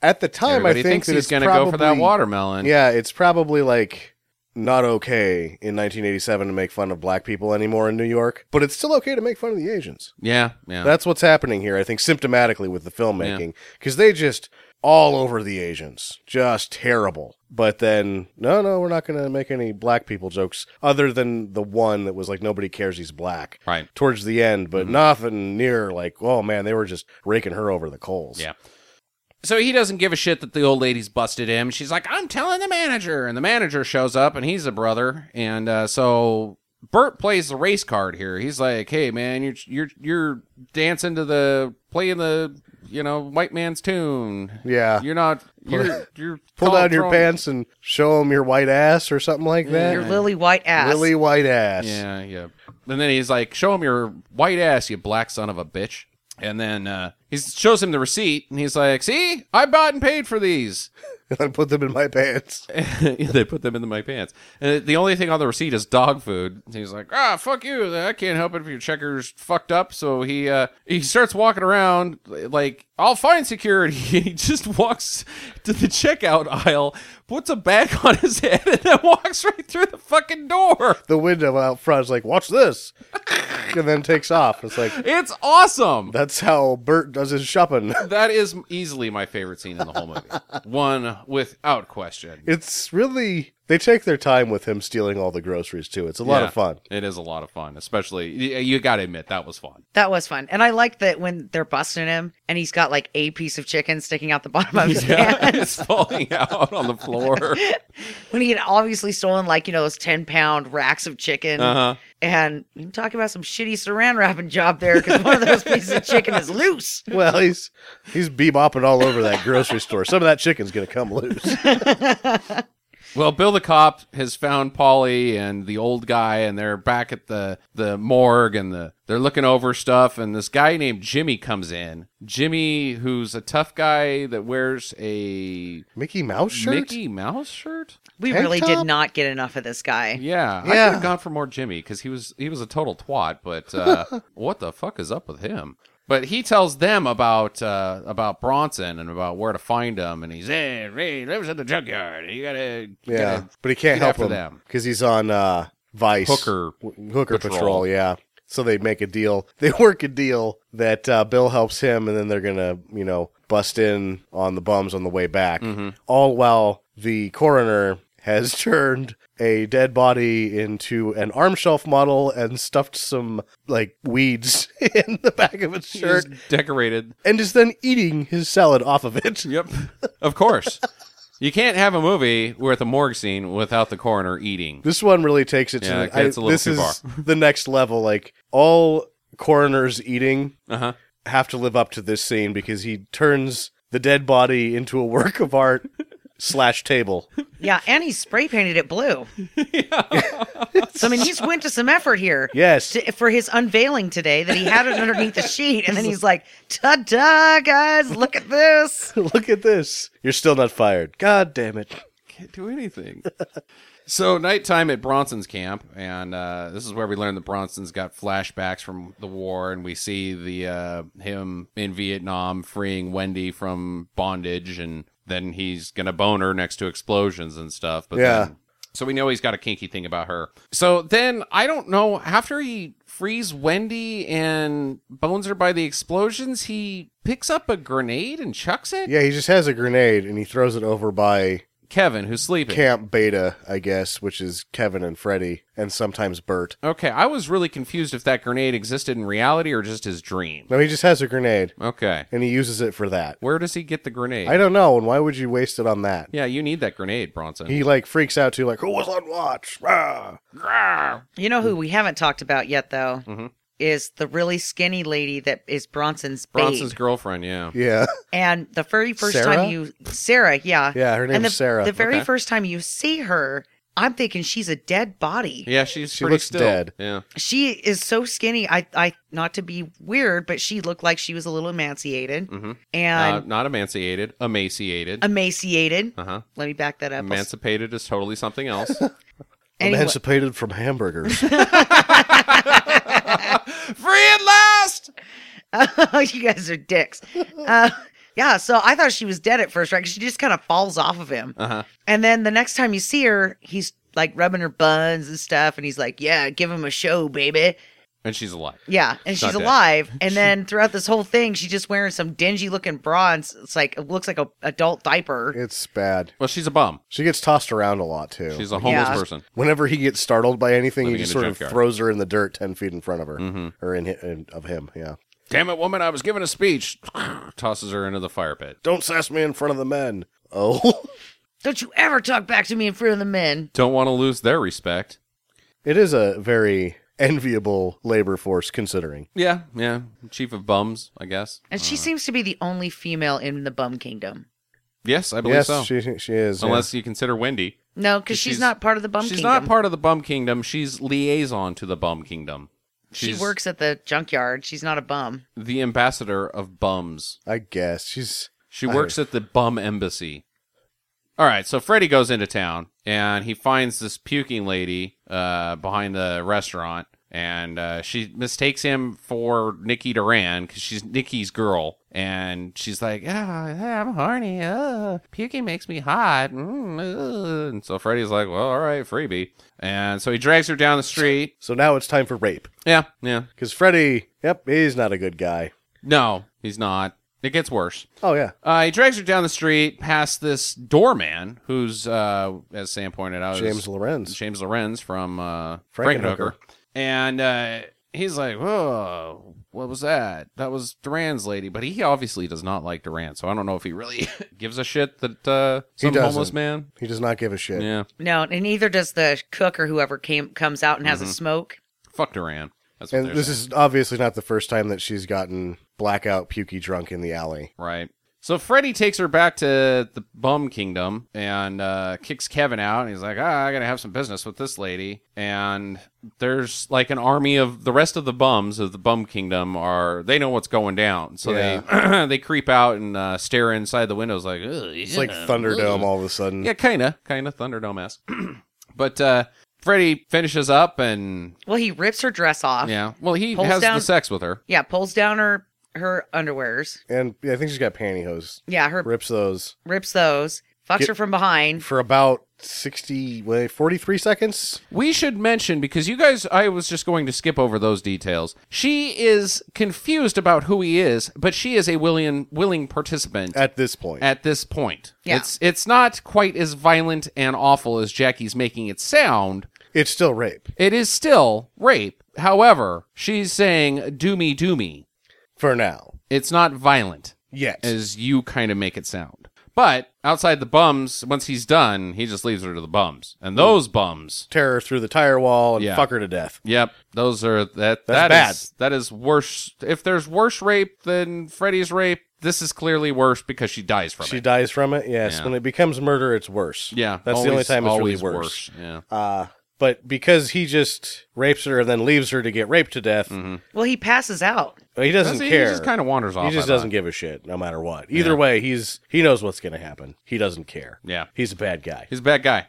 C: At the time,
A: Mm-hmm. everybody
C: I think
A: thinks
C: that
A: he's
C: it's
A: gonna go for that
C: probably-
A: watermelon
C: Yeah, it's probably like not okay in 1987 to make fun of black people anymore in New York, but it's still okay to make fun of the Asians.
A: yeah yeah
C: That's what's happening here, I think, symptomatically with the filmmaking, because they just all over the Asians, just terrible. But then, no, no, we're not going to make any black people jokes other than the one that was like nobody cares he's black
A: Right. Mm-hmm.
C: towards the end, but nothing near like, oh man, they were just raking her over the coals.
A: Yeah. So he doesn't give a shit that the old lady's busted him. She's like, I'm telling the manager. And the manager shows up and he's a brother. And uh, so Bert plays the race card here. He's like, hey, man, you're, you're, you're dancing to the, playing the, you know, white man's tune.
C: Yeah.
A: You're not, you're, you're,
C: Pull
A: throwing-
C: down your
A: throwing-
C: pants and show them your white ass or something like that.
D: Your lily white ass.
C: uh, Lily white ass.
A: Yeah, yeah. And then he's like, "Show him your white ass, you black son of a bitch." And then uh, he shows him the receipt, and he's like, "See, I bought and paid for these."
C: And I put them in my pants.
A: they put them into my pants. And the only thing on the receipt is dog food. And he's like, ah, fuck you. I can't help it if your checker's fucked up. So he uh, he starts walking around like, I'll find security. he just walks to the checkout aisle, puts a bag on his head, and then walks right through the fucking door.
C: The window out front is like, watch this. and then takes off. It's like,
A: It's awesome.
C: that's how Bert does his shopping.
A: That is easily my favorite scene in the whole movie. One without question.
C: It's really, they take their time with him stealing all the groceries too. It's a lot
A: Yeah,
C: of fun.
A: It is a lot of fun, especially y- you got to admit that was fun.
D: That was fun. And I like that when they're busting him and he's got like a piece of chicken sticking out the bottom of his
A: Yeah,
D: pants.
A: it's falling out on the floor.
D: When he had obviously stolen like, you know, those 10 pound racks of chicken.
A: Uh-huh.
D: And I'm talking about some shitty saran wrapping job there because one of those pieces of chicken is loose.
C: Well, he's he's bebopping all over that grocery store. Some of that chicken's gonna come loose.
A: Well, Bill the cop has found Polly and the old guy, and they're back at the the morgue, and the they're looking over stuff. And this guy named Jimmy comes in. Jimmy, who's a tough guy that wears a
C: Mickey Mouse shirt.
A: Mickey Mouse shirt.
D: We
C: Tank
D: really
C: top?
D: did not get enough of this guy.
A: Yeah, I
C: Yeah.
A: could have gone for more Jimmy because he was he was a total twat. But uh, what the fuck is up with him? But he tells them about uh, about Bronson and about where to find him, and he's hey, Ray lives at the junkyard. You gotta you
C: Yeah,
A: gotta
C: but he can't
A: get
C: help
A: after
C: him
A: them.
C: because he's on uh, Vice
A: Hooker
C: w- Hooker Patrol.
A: Patrol.
C: Yeah, so they make a deal. They work a deal that uh, Bill helps him, and then they're gonna you know bust in on the bums on the way back,
A: Mm-hmm.
C: all while the coroner has turned a dead body into an arm shelf model and stuffed some like weeds in the back of his shirt
A: He's decorated.
C: and is then eating his salad off of it.
A: Yep, of course. You can't have a movie with a morgue scene without the coroner eating.
C: This one really takes it
A: Yeah,
C: to
A: it
C: the, I-
A: gets a little
C: this
A: too
C: is the next level. Like all coroners eating
A: Uh huh.
C: have to live up to this scene because he turns the dead body into a work of art slash table.
D: Yeah, and he spray painted it blue. so I mean, he's went to some effort here.
C: Yes.
D: to- for his unveiling today, that he had it underneath the sheet, and then he's like, "Ta-da, guys! Look at this."
C: Look at this. You're still not fired. God damn it.
A: can't do anything. so nighttime at Bronson's camp, and uh, this is where we learn that Bronson's got flashbacks from the war, and we see the uh, him in Vietnam freeing Wendy from bondage, and then he's gonna bone her next to explosions and stuff. But
C: Yeah.
A: then- so we know he's got a kinky thing about her. So then I don't know. After he frees Wendy and bones her by the explosions, he picks up a grenade and chucks it.
C: Yeah, he just has a grenade and he throws it over by
A: Kevin, who's sleeping.
C: Camp Beta, I guess, which is Kevin and Freddy and sometimes Bert.
A: Okay, I was really confused if that grenade existed in reality or just his dream.
C: No, he just has a grenade
A: Okay.
C: and he uses it for that.
A: Where does he get the grenade?
C: I don't know, and why would you waste it on that?
A: yeah, you need that grenade, Bronson.
C: He like freaks out too, like who was on watch? Rah!
D: You know who we haven't talked about yet, though,
C: Mm-hmm.
D: is the really skinny lady that is Bronson's babe.
A: Bronson's girlfriend, yeah.
C: Yeah,
D: And the very first
C: Sarah?
D: time you Sarah, yeah,
C: Yeah, her
D: and
C: name's
D: the,
C: Sarah.
D: The very
A: Okay.
D: first time you see her, I'm thinking she's a dead body.
A: Yeah, she's
C: She
A: pretty
C: looks
A: still.
C: dead.
A: Yeah.
D: She is so skinny. I, I, not to be weird, but she looked like she was a little emaciated
C: Mm-hmm.
A: Mhm. Uh,
D: and
A: not emaciated,
C: Uh,
A: emaciated.
D: emaciated.
A: uh-huh.
D: Let me back that up.
A: Emancipated is totally something else.
D: Anyway,
C: emancipated from hamburgers.
A: Free at last!
D: Oh, you guys are dicks. Uh, yeah, so I thought she was dead at first, right? 'Cause she just kind of falls off of him.
A: Uh-huh.
D: And then the next time you see her, he's like rubbing her buns and stuff, and he's like, "Yeah, give him a show, baby."
A: And she's alive.
D: Yeah, and
A: Not
D: she's
A: dead.
D: alive. And then throughout this whole thing, she's just wearing some dingy looking bronze. It's like it looks like a adult diaper.
C: it's bad.
A: Well, she's a bum.
C: She gets tossed around a lot too.
A: She's a homeless
D: Yeah.
A: person.
C: Whenever he gets startled by anything,
A: Living
C: he just
A: in a
C: sort of
A: junkyard. Mm-hmm.
C: throws her in the dirt ten feet in front of her, or in, hi in of him. Yeah.
A: Damn it, woman, I was giving a speech. Tosses her into the fire pit.
C: Don't sass me in front of the men. Oh,
D: Don't you ever talk back to me in front of the men?
A: Don't want to lose their respect.
C: it is a very enviable labor force considering.
A: Yeah, yeah. Chief of bums, I guess.
D: And she seems to be the only female in the bum kingdom.
A: Yes, I believe
C: Yes,
A: so.
C: she she is. yeah.
A: Unless you consider Wendy.
D: No, because she's,
A: She's-
D: not part of the bum
A: she's
D: kingdom.
A: not part of the bum kingdom she's liaison to the bum kingdom
D: she
A: she's
D: works at the junkyard. She's not a bum.
A: the ambassador of bums
C: I guess she's
A: she works at the bum embassy all right so freddy goes into town and he finds this puking lady uh, behind the restaurant and uh, she mistakes him for Nikki Duran because she's Nikki's girl, and she's like, "Ah, I'm horny. Uh, puking makes me hot." Mm, uh." And so Freddy's like, "Well, all right, freebie." And so he drags her down the street.
C: so now it's time for rape
A: Yeah, yeah.
C: because Freddy. Yep, he's not a good guy.
A: No, he's not. It gets worse.
C: Oh yeah,
A: Uh, he drags her down the street past this doorman, who's, uh, as Sam pointed out, is
C: James Lorenz.
A: James Lorenz from uh,
C: Frankenhooker.
A: Frankenhooker, and uh, he's like, "Whoa, what was that? That was Duran's lady." But he obviously does not like Duran, so I don't know if he really gives a shit that uh, some homeless
C: doesn't.
A: man.
C: He does not give a shit.
A: Yeah,
D: No, and neither does the cook or whoever came comes out and has
A: Mm-hmm.
D: a smoke.
A: fuck Duran. That's what
C: And
A: they're
C: this
A: saying.
C: is obviously not the first time that she's gotten blackout pukey drunk in the alley.
A: Right. So Freddy takes her back to the Bum Kingdom and uh, kicks Kevin out. And he's like, ah, I gotta have some business with this lady. And there's like an army of the rest of the bums of the Bum Kingdom are they know what's going down, so they they creep out and uh, stare inside the windows like "Ugh,
C: It's like Thunderdome all of a sudden.
A: yeah, kinda, kinda Thunderdome esque. but uh, Freddy finishes up and
D: Well, he rips her dress off.
A: yeah, well he
D: Pulls
A: has the
D: down-
A: sex with her.
D: Yeah, pulls down her her underwears.
C: And I think she's got pantyhose.
D: Yeah, her
C: Rips those
D: rips those. Fucks
C: Get-
D: her from behind.
C: for about 60, wait, 43 seconds.
A: We should mention because you guys, I was just going to skip over those details. She is confused about who he is, but she is a willing willing participant at,
C: At this point,
A: this point.
D: Yeah.
A: It's it's not quite as violent and awful as Jackie's making it sound.
C: it's still rape
A: It is still rape. However, she's saying "do me, do me."
C: for now.
A: It's not violent
C: Yes.
A: as you kind of make it sound. But outside the bums, once he's done, he just leaves her to the bums. And those bums,
C: Tear her through the tire wall and
A: Yeah.
C: fuck her to death.
A: yep, those are that
C: That's
A: that
C: bad.
A: is- that is worse. If there's worse rape than Freddy's rape, this is clearly worse because she dies from
C: She
A: it.
C: dies from it. Yes.
A: Yeah.
C: When it becomes murder, it's worse.
A: Yeah,
C: That's the only
A: always-
C: time it's
A: always
C: really worse.
A: Yeah.
C: Uh, but because he just rapes her and then leaves her to get raped to death,
D: Well, he passes out.
C: he doesn't
A: Mm-hmm. Does he?
C: care.
A: He just kind of wanders off.
C: He just
A: I thought.
C: doesn't give a shit, no matter what. Either way, he's he knows what's going to happen. He doesn't care.
A: Yeah.
C: he's a bad guy.
A: He's a bad guy.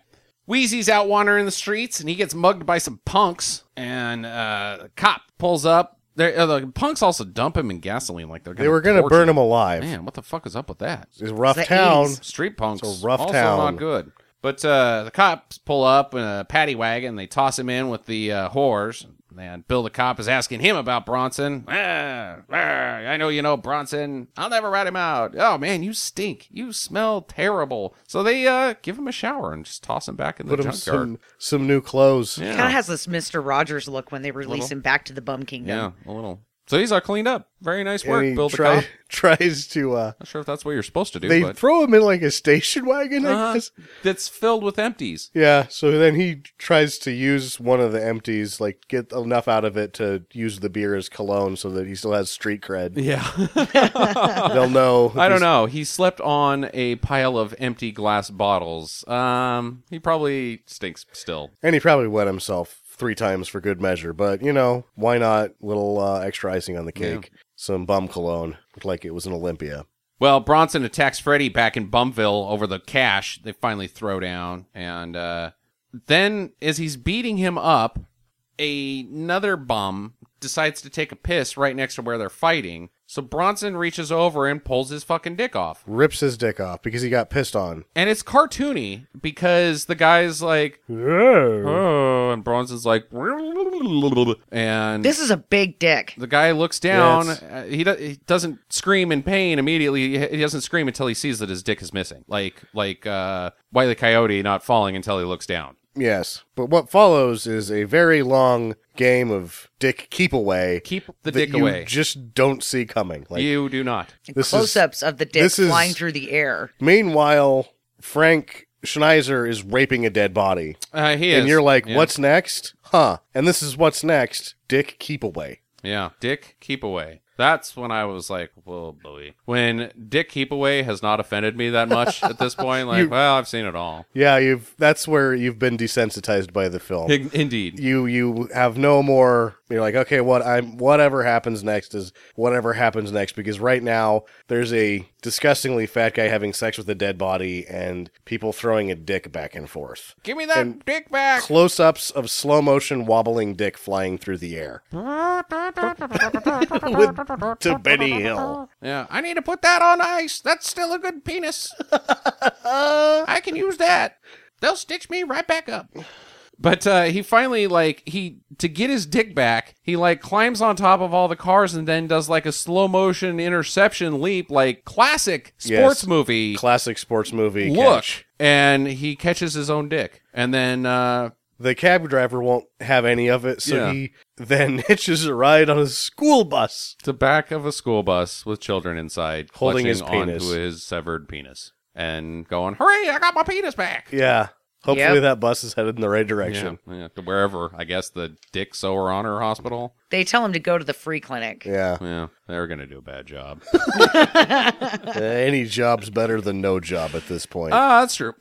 A: Wheezy's out wandering the streets and he gets mugged by some punks. And uh, a cop pulls up. They're, uh, the punks also dump him in gasoline like they're gonna
C: They were going to
A: torture
C: burn him alive.
A: Man, what the fuck is up with that?
C: It's a rough
D: It's the
C: town.
D: 80s.
A: Street punks
C: It's a rough
A: also
C: town.
A: not good. But uh, the cops pull up in a paddy wagon. They toss him in with the uh, whores. And Bill the cop is asking him about Bronson. Ah, ah, I know you know Bronson. I'll never rat him out. Oh man, you stink. You smell terrible. So they uh, give him a shower and just toss him back in the
C: Put him
A: junkyard.
C: some some new clothes.
A: Yeah.
D: Kind of has this Mister Rogers look when they release him back to the bum kingdom.
A: yeah, a little. So he's all cleaned up. Very nice
C: And
A: work,
C: he
A: Bill
C: try-
A: the cop.
C: tries to. Uh,
A: Not sure if that's what you're supposed to do,
C: they
A: but
C: throw him in like a station wagon. I
A: uh,
C: guess.
A: that's filled with empties.
C: Yeah. So then he tries to use one of the empties, like get enough out of it to use the beer as cologne, so that he still has street cred.
A: Yeah.
C: They'll know.
A: I don't know. He slept on a pile of empty glass bottles. Um, he probably stinks still.
C: And he probably wet himself three times for good measure, but you know, why not? Little uh, extra icing on the cake, some bum cologne, looked like it was an Olympia.
A: Well, Bronson attacks Freddy back in Bumville over the cash. They finally throw down, and uh, then as he's beating him up, another bum decides to take a piss right next to where they're fighting. So Bronson reaches over and pulls his fucking dick off.
C: Rips his dick off because he got pissed on.
A: And it's cartoony because the guy's like, oh, and Bronson's like, and
D: This is a big dick.
A: The guy looks down.
C: Yes.
A: Uh, he, do- he doesn't scream in pain immediately. He, he doesn't scream until he sees that his dick is missing. Like like uh, Wiley Coyote not falling until he looks down.
C: Yes, but what follows is a very long game of dick keep away.
A: Keep the
C: that
A: dick
C: you
A: away.
C: Just don't see coming. Like
A: you do not.
C: this is-
D: Close-ups of the dick
C: this is-
D: flying through the air.
C: Meanwhile, Frank Schneiser is raping a dead body,
A: Uh, he
C: and
A: is.
C: you're like,
A: Yeah.
C: "What's next?" Huh? And this is what's next: dick keep away.
A: Yeah, Dick Keep Away. That's when I was like, well, boy. When Dick Keep Away has not offended me that much at this point. Like,
C: You-
A: well, I've seen it all.
C: Yeah, you've. That's where you've been desensitized by the film.
A: In- Indeed.
C: you you have no more you're like okay what i'm whatever happens next is whatever happens next because right now there's a disgustingly fat guy having sex with a dead body and people throwing a dick back and forth
A: Give me that
C: And-
A: dick back.
C: close-ups of slow motion wobbling dick flying through the air With, to benny hill
A: Yeah, I need to put that on ice. That's still a good penis. I can use that. They'll stitch me right back up. But uh, he finally like he to get his dick back, he like climbs on top of all the cars and then does like a slow motion interception leap, like classic
C: Yes.
A: sports movie
C: classic sports movie
A: look.
C: catch.
A: And he catches his own dick, and then uh,
C: the cab driver won't have any of it so
A: Yeah.
C: he then hitches a ride on a school bus
A: the back of a school bus with children inside,
C: Holding his
A: clutching
C: penis.
A: onto his severed penis, and going, "Hooray! I got my penis back!"
C: yeah hopefully
D: Yep.
C: that bus is headed in the right direction
A: Yeah, yeah, to wherever I guess the Dick Sower Honor Hospital.
D: They tell him to go to the free clinic.
C: yeah.
A: Yeah, they're gonna do a bad job.
C: Uh, any job's better than no job at this point.
D: Uh,
A: Ah, that's true.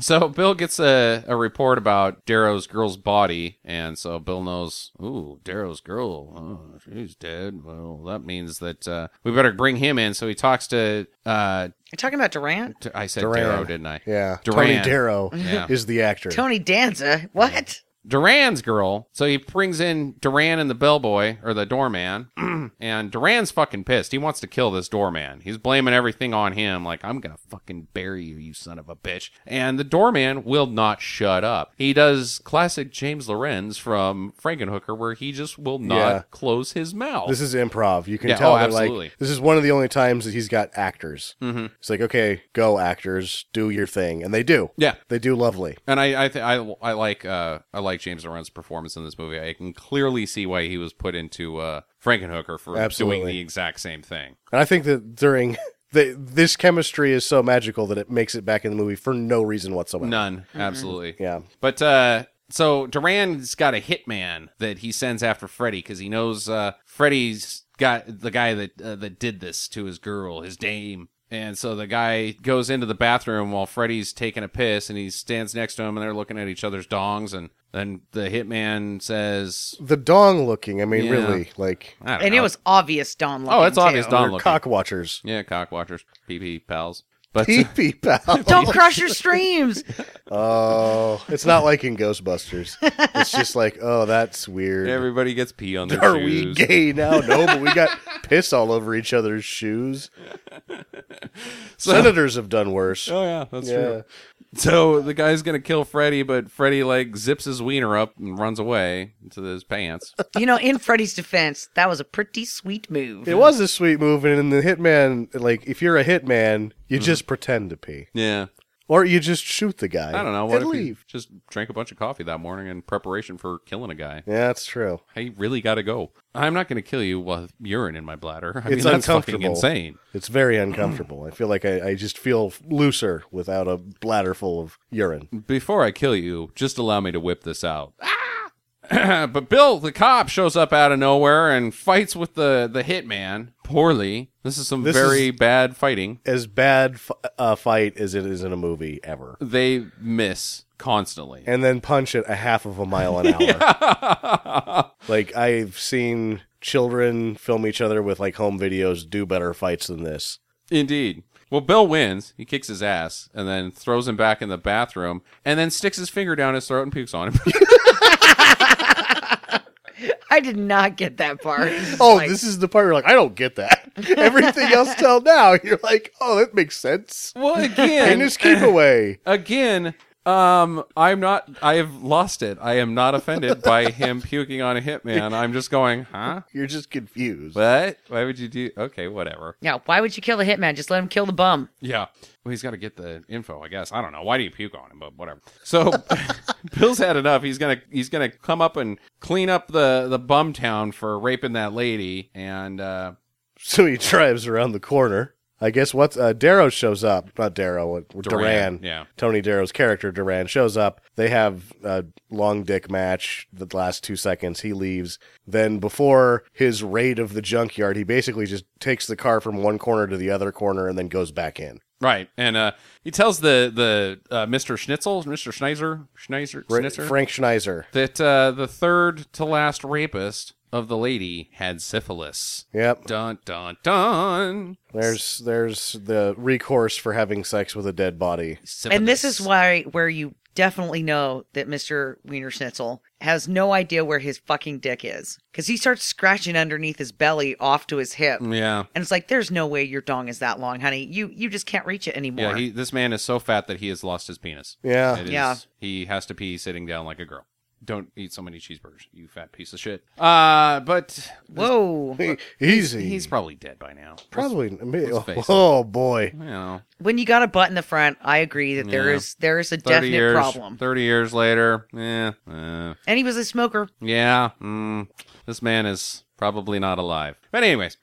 A: so Bill gets a, a report about Darrow's girl's body, and so Bill knows, ooh, Darrow's girl, oh, she's dead. Well, that means that uh, we better bring him in. So he talks to, uh,
D: You're talking about Durant?
A: to I said
C: Duran.
A: Darrow, didn't I?
C: yeah, Tony
A: Duran.
C: Darrow
A: Yeah.
C: is the actor.
D: Tony Danza? What?
A: Duran's girl. So he brings in Duran and the bellboy or the doorman, and Duran's fucking pissed. He wants to kill this doorman. He's blaming everything on him. Like I'm gonna fucking bury you, you son of a bitch. And the doorman will not shut up. He does classic James Lorenz from Frankenhooker, where he just will not
C: Yeah.
A: close his mouth.
C: This is improv. You can
A: Yeah,
C: tell
A: oh,
C: that
A: absolutely.
C: like this is one of the only times that he's got actors. Mm-hmm. It's like, okay, go actors, do your thing, and they do.
A: yeah.
C: They do lovely.
A: And I I, th- I I like uh I like James Lorenz's performance in this movie. I can clearly see why he was put into uh Frankenhooker for
C: Absolutely.
A: doing the exact same thing.
C: And I think that during they, this chemistry is so magical that it makes it back in the movie for no reason whatsoever.
A: None, absolutely.
C: Yeah.
A: But uh, so Duran's got a hitman that he sends after Freddy because he knows uh, Freddy's got the guy that uh, that did this to his girl, his dame. And so the guy goes into the bathroom while Freddy's taking a piss, and he stands next to him, and they're looking at each other's dongs. And then the hitman says,
C: The dong looking, I mean,
A: Yeah.
C: really, like
A: I don't
D: And
A: know.
D: it was obvious Don looking.
A: oh, it's obvious
D: too.
A: Don
C: they're
A: looking.
C: cock watchers.
A: yeah, cock watchers, PP pals. But uh,
C: Pee-pee, pal.
D: Don't crush your streams.
C: Oh, it's not like in Ghostbusters. It's just like, oh, that's weird.
A: everybody gets pee on their
C: Are we
A: shoes.
C: gay now? No, but we got piss all over each other's shoes. Senators have done worse.
A: Oh yeah, that's
C: Yeah.
A: true. So the guy's gonna kill Freddy, but Freddy like zips his wiener up and runs away into his pants.
D: you know, in Freddy's defense, that was a pretty sweet move.
C: It was a sweet move, and in the hitman, like if you're a hitman, you
A: Mm-hmm.
C: just pretend to pee,
A: yeah,
C: or you just shoot the guy.
A: I don't know. What
C: and
A: if he
C: leave.
A: just drank a bunch of coffee that morning in preparation for killing a guy?
C: Yeah, that's true.
A: I really gotta go. I'm not gonna kill you with urine in my bladder. I mean,
C: It's
A: that's fucking
C: uncomfortable.
A: insane.
C: It's very uncomfortable. I feel like I, I just feel looser without a bladder full of urine.
A: Before I kill you, just allow me to whip this out. Ah! but Bill, the cop, shows up out of nowhere and fights with the the hitman poorly. This is some
C: This
A: very bad fighting.
C: As bad f- a fight as it is in a movie ever.
A: They miss constantly.
C: and then punch it a half of a mile an hour. Like I've seen children film each other with like home videos do better fights than this.
A: Indeed. Well, Bill wins. He kicks his ass and then throws him back in the bathroom and then sticks his finger down his throat and pukes on him.
D: I did not get that part.
C: Oh,
D: Like,
C: this is the part where you're like, I don't get that. Everything else till now, you're like, oh, that makes sense.
A: well, again,
C: Anus keep away.
A: again, um, I'm not, I have lost it. I am not offended by him puking on a hitman. I'm just going, huh?
C: You're just confused.
A: What? Why would you do? Okay, whatever.
D: Now, why would you kill the hitman? Just let him kill the bum.
A: Yeah. Well, he's got to get the info, I guess. I don't know. Why do you puke on him? But whatever. So Bill's had enough. He's gonna he's gonna come up and clean up the the bum town for raping that lady. And uh,
C: So he drives around the corner. I guess what uh, Darrow shows up, not Darrow, uh, Duran.
A: yeah.
C: Tony Darrow's character Duran shows up. They have a long dick match. The last two seconds, he leaves. Then before his raid of the junkyard, he basically just takes the car from one corner to the other corner and then goes back in.
A: right, and uh, he tells the the uh, Mr. Schnitzel, Mr. Schneizer, Schneizer,
C: Ra-
A: Schnitzer,
C: Frank Schneizer.
A: that uh, the third to last rapist of the lady had syphilis.
C: Yep.
A: Dun dun dun.
C: There's there's the recourse for having sex with a dead body.
A: Syphilis.
D: And this is why where you definitely know that Mr. Wiener Schnitzel has no idea where his fucking dick is because he starts scratching underneath his belly off to his hip,
C: Mm.
D: and
A: Yeah.
D: it's like, there's no way your dong is that long, honey. You you just can't reach it anymore.
A: Yeah, he, this man is so fat that he has lost his penis.
C: Yeah.
A: It is-
D: Yeah.
A: He has to pee sitting down like a girl. Don't eat so many cheeseburgers, you fat piece of shit. Uh, but
D: Whoa!
C: Easy.
A: he's probably dead by now.
C: Mm. probably.
A: face
C: oh boy.
A: You know,
D: when you got a butt in the front, I agree that there
A: Yeah.
D: is there is a
A: 30
D: definite
A: years,
D: problem.
A: 30 years later. Yeah. Uh,
D: And he was a smoker.
A: yeah. Mm, this man is probably not alive. But, anyways,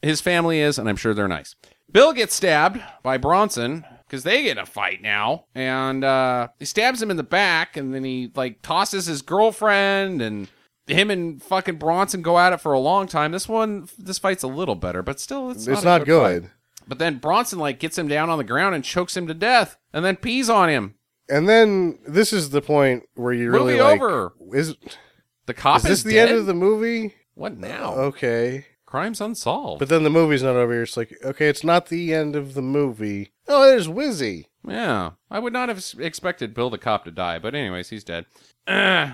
A: his family is, and I'm sure they're nice. Bill gets stabbed by Bronson because they get in a fight now. And uh, he stabs him in the back, and then he, like, tosses his girlfriend and. Him and fucking Bronson go at it for a long time. This one, this fight's a little better, but still, it's, not,
C: It's
A: a
C: not good.
A: fight. But then Bronson like gets him down on the ground and chokes him to death, and then pees on him.
C: And then this is the point where you really
A: Movie
C: like
A: over.
C: is
A: The cop
C: is this the
A: dead?
C: end of the Oh. movie?
A: what now?
C: Okay.
A: Crime's unsolved.
C: But then the movie's not over. It's like, okay, it's not the end of the movie. Oh, there's Wizzy.
A: Yeah, I would not have s- expected Bill the cop to die, but anyways, he's dead. Ugh.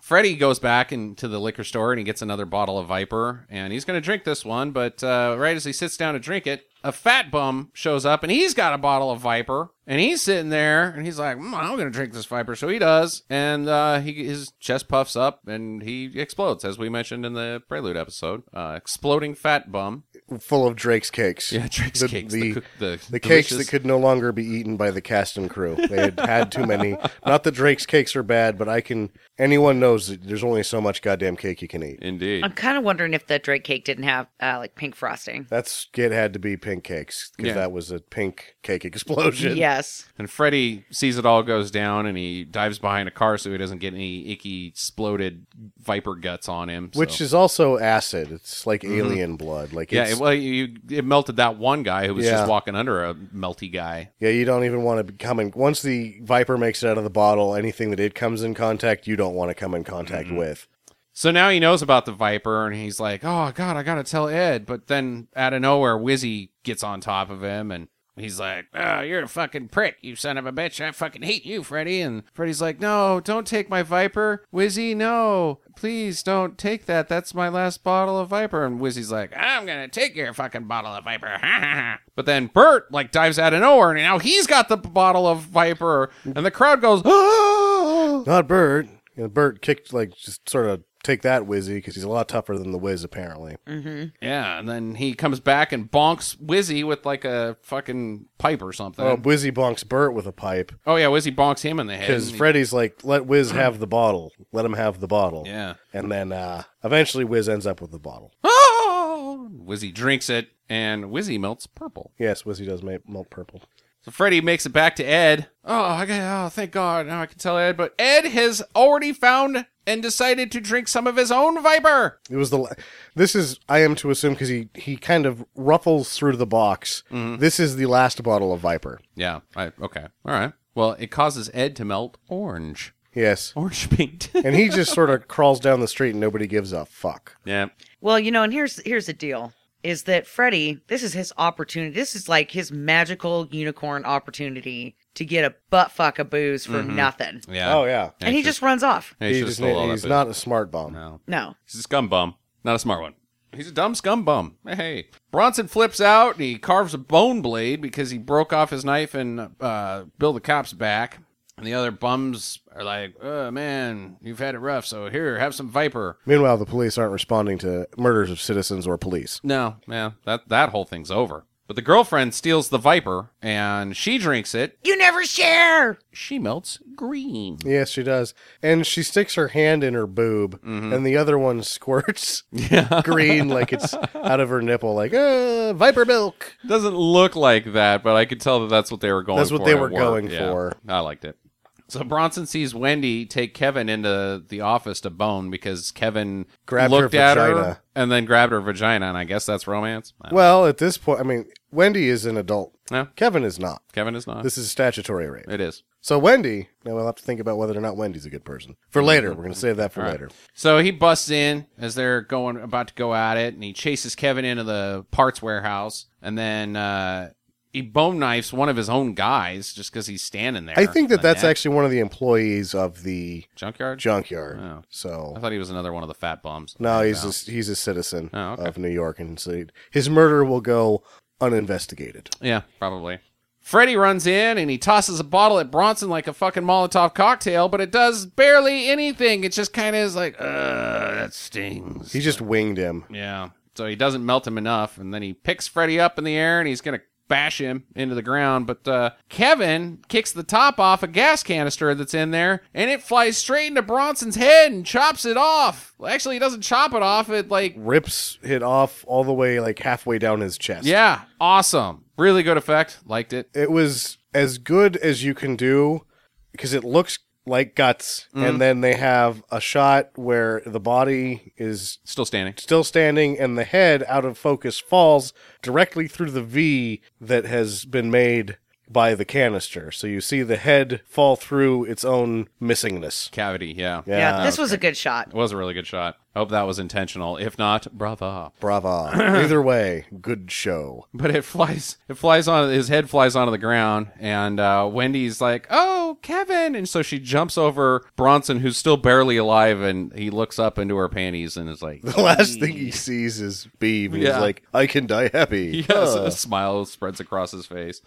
A: Freddy goes back into the liquor store and he gets another bottle of Viper, and he's going to drink this one. But uh, right as he sits down to drink it, a fat bum shows up and he's got a bottle of Viper, and he's sitting there and he's like, mm, "I'm going to drink this Viper," so he does, and uh, he his chest puffs up and he explodes, as we mentioned in the prelude episode, uh, exploding fat bum.
C: Full of Drake's cakes.
A: Yeah, drinks
C: the,
A: cakes.
C: The,
A: coo- the,
C: the cakes
A: delicious-
C: that could no longer be eaten by the cast and crew. They had had too many. Not that Drake's cakes are bad, but I can. Anyone knows that there's only so much goddamn cake you can eat.
A: Indeed.
D: I'm kind of wondering if the Drake cake didn't have uh, like pink frosting.
C: That's it had to be pink cakes because
A: Yeah.
C: that was a pink cake explosion.
D: Yes.
A: And Freddy sees it all goes down and he dives behind a car so he doesn't get any icky, exploded viper guts on him. so- Mm-hmm.
C: Which is also acid. It's like alien blood. Like
A: yeah,
C: it's,
A: it, well, you, it melted that one guy who was
C: Yeah.
A: just walking under a melty guy.
C: yeah, you don't even want to come in. Once the viper makes it out of the bottle, anything that it comes in contact, you don't want to come in contact
A: Mm-hmm.
C: with.
A: So now he knows about the viper and he's like, oh, God, I got to tell Ed. But then out of nowhere, Wizzy gets on top of him and he's like, oh, you're a fucking prick, you son of a bitch. I fucking hate you, Freddy. And Freddy's like, no, don't take my viper. Wizzy, no, please don't take that. That's my last bottle of viper. And Wizzy's like, I'm going to take your fucking bottle of viper. Ha, ha, ha. but then Bert like dives out of nowhere and now he's got the bottle of viper and the crowd goes, oh.
C: Not Bert. And Bert kicked like just sort of take that Wizzy because he's a lot tougher than the Wiz apparently.
A: Mm-hmm. Yeah, and then he comes back and bonks Wizzy with like a fucking pipe or something.
C: Well,
A: Oh,
C: Wizzy Uh, bonks Bert with a pipe
A: yeah, Wizzy bonks him in the head.
C: because
A: and he-
C: Freddy's like, "Let Wiz have the bottle. Let him have the bottle."
A: Yeah.
C: And then uh, eventually Wiz ends up with the bottle.
A: Oh! Wizzy drinks it, and Wizzy melts purple.
C: Yes, Wizzy does make melt purple.
A: So Freddy makes it back to Ed. Oh, I got, oh, thank God. Now I can tell Ed, but Ed has already found and decided to drink some of his own Viper.
C: It was the. la- This is I am to assume because he he kind of ruffles through the box. This is the last bottle of Viper.
A: Yeah, I, okay. All right. Well, it causes Ed to melt orange.
C: Yes,
A: Orange paint.
C: and he just sort of crawls down the street and nobody gives a fuck.
A: yeah.
D: Well, you know, and here's here's the deal is that Freddy, this is his opportunity. This is like his magical unicorn opportunity to get a butt fuck of booze for nothing.
A: Yeah.
C: Oh yeah,
D: And he just runs off.
A: He
C: he
A: should've
C: just,
A: stole all that
C: he's
A: booze.
C: not a smart bomb.
A: No.
D: No.
A: He's a scum bum, not a smart one. He's a dumb scum bum. Hey, Bronson flips out and he carves a bone blade because he broke off his knife and uh, Bill the cop's back. And the other bums are like, "Oh man, you've had it rough. So here, have some Viper."
C: Meanwhile, the police aren't responding to murders of citizens or police.
A: No, man, that that whole thing's over. But the girlfriend steals the Viper and she drinks it.
D: You never share.
A: She melts green.
C: Yes, she does, and she sticks her hand in her boob, and the other one squirts green like it's out of her nipple, like uh, Viper milk.
A: Doesn't look like that, but I could tell that that's what they were going.
C: That's
A: for
C: what they
A: at
C: were
A: work.
C: going
A: Yeah.
C: for.
A: I liked it. So Bronson sees Wendy take Kevin into the office to bone because Kevin
C: Grabbed her
A: looked at
C: vagina.
A: her and then grabbed her vagina, and I guess that's romance. I don't
C: Well, at this point, I mean, Wendy is an adult.
A: Yeah.
C: Kevin is not.
A: know. Kevin is not.
C: Uh-huh. This is statutory rape.
A: it is.
C: So Wendy, now we'll have to think about whether or not Wendy's a good person for
A: Mm-hmm.
C: later. We're going to save that for later.
A: So he busts in as they're going about to go at it, and he chases Kevin into the parts warehouse, and then uh, he bone knifes one of his own guys just because he's standing there.
C: I think that
A: in the
C: that's
A: neck.
C: actually one of the employees of the
A: junkyard.
C: junkyard.
A: Oh. I
C: So
A: thought he was another one of the fat bums.
C: no, he's a, he's a citizen
A: Oh, okay.
C: of New York, and so his murder will go uninvestigated.
A: Yeah, probably. Freddy runs in and he tosses a bottle at Bronson like a fucking Molotov cocktail, but it does barely anything. It just kind of is like, uh, that stings.
C: He just winged him.
A: yeah. So he doesn't melt him enough, and then he picks Freddy up in the air and he's gonna bash him into the ground. But uh, Kevin kicks the top off a gas canister that's in there, and it flies straight into Bronson's head and chops it off. Well, actually, he doesn't chop it off. It like
C: Rips it off all the way like halfway down his chest.
A: yeah, awesome, really good effect. Liked it.
C: it was as good as you can do because it looks like guts
A: Mm.
C: and then they have a shot where the body is
A: Still standing.
C: still standing and the head out of focus falls directly through the V that has been made by the canister so you see the head fall through its own missingness
A: Cavity. Yeah.
C: yeah,
D: Yeah, this was a good shot.
A: It was a really good shot. I hope that was intentional. If not, brava.
C: bravo either way good show
A: But it flies. It flies on. His head flies onto the ground, and uh, Wendy's like, "Oh, Kevin!" And so she jumps over Bronson, who's still barely alive, and he looks up into her panties and is like,
C: the last thing he sees is beam and
A: Yeah.
C: he's like i can die happy
A: "Yes." A smile spreads across his face.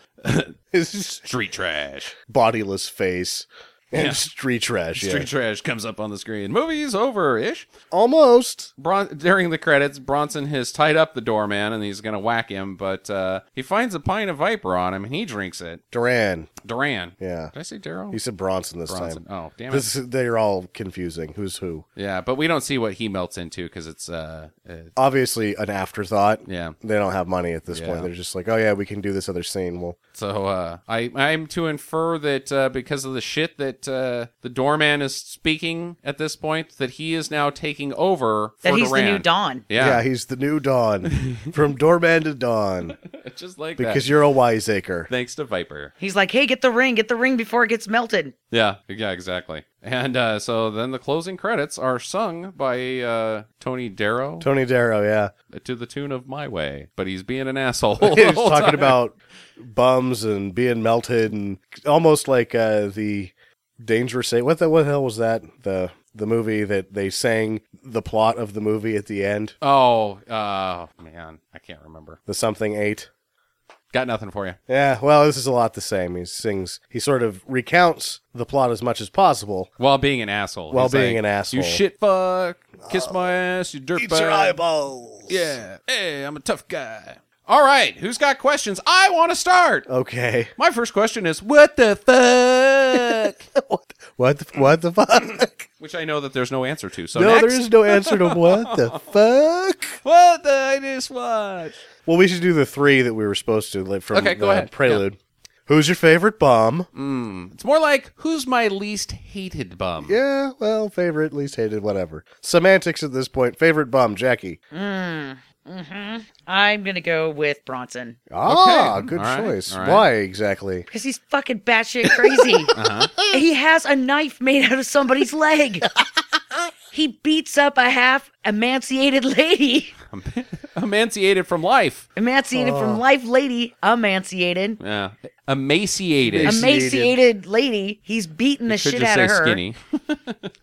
C: his
A: Street trash.
C: bodiless face and street trash. yeah.
A: Street trash comes up on the screen. Movie's over ish.
C: Almost.
A: Bron- during the credits, Bronson has tied up the doorman and he's going to whack him, but uh, he finds a pint of Viper on him and he drinks it.
C: Duran.
A: Duran.
C: Yeah.
A: Did I say Daryl?
C: You said Bronson this
A: Bronson.
C: time.
A: Oh, damn it.
C: This, they're all confusing. Who's who?
A: Yeah, but we don't see what he melts into because it's. Uh, uh,
C: Obviously, an afterthought.
A: Yeah.
C: They don't have money at this
A: Yeah.
C: point. They're just like, oh, yeah, we can do this other scene. Well,
A: so uh, I I'm to infer that uh, because of the shit that uh, the doorman is speaking at this point, that he is now taking over.
D: That
A: for
D: he's the new
A: Duran.
D: Don.
A: Yeah,
C: yeah, he's the new Dawn. From doorman to Dawn.
A: just like
C: Because
A: that.
C: you're a wiseacre.
A: Thanks to Viper.
D: He's like, hey, get the ring, get the ring before it gets melted.
A: Yeah, yeah, exactly. And uh, so then the closing credits are sung by uh, Tony Darrow
C: Tony Darrow, yeah.
A: to the tune of "My Way," but he's being an asshole.
C: He
A: the
C: was
A: whole
C: talking
A: time.
C: about bums and being melted and almost like uh, the dangerous eight. What the what the hell was that? The the movie that they sang the plot of the movie at the end,
A: Oh, uh, man, I can't remember.
C: the something eight.
A: Got nothing for you.
C: Yeah, well, this is a lot the same. He sings, he sort of recounts the plot as much as possible.
A: While being an asshole.
C: While
A: He's
C: being
A: like,
C: an asshole. Uh,
A: You shit fuck. Kiss my ass, you dirtbag.
C: eyeballs.
A: Yeah. Hey, I'm a tough guy. All right, who's got questions? I want to start.
C: Uh, Okay.
A: My first question is, what the fuck?
C: What the, what the fuck?
A: Which I know that there's no answer to. So
C: no,
A: next,
C: there is no answer to what the fuck.
A: what the I just watched.
C: Well, we should do the three that we were supposed to like from
A: Okay, go
C: the
A: ahead. Mm.
C: prelude. Who's your favorite bum?
A: It's more like who's my least hated bum.
C: Yeah, well, favorite, least hated, whatever. Semantics at this point. Favorite bum, Jackie.
D: I'm going to go with Bronson
C: Ah, good
A: all right,
C: choice.
A: all right.
C: Why exactly?
D: because he's fucking batshit crazy. He has a knife made out of somebody's leg. he beats up a half emaciated lady,
A: Emaciated from life.
D: emaciated from life lady, emaciated.
A: Yeah. Emaciated.
C: Emaciated.
D: emaciated lady. He's beating the
A: You could
D: shit
A: just
D: out
A: say
D: of her.
A: skinny.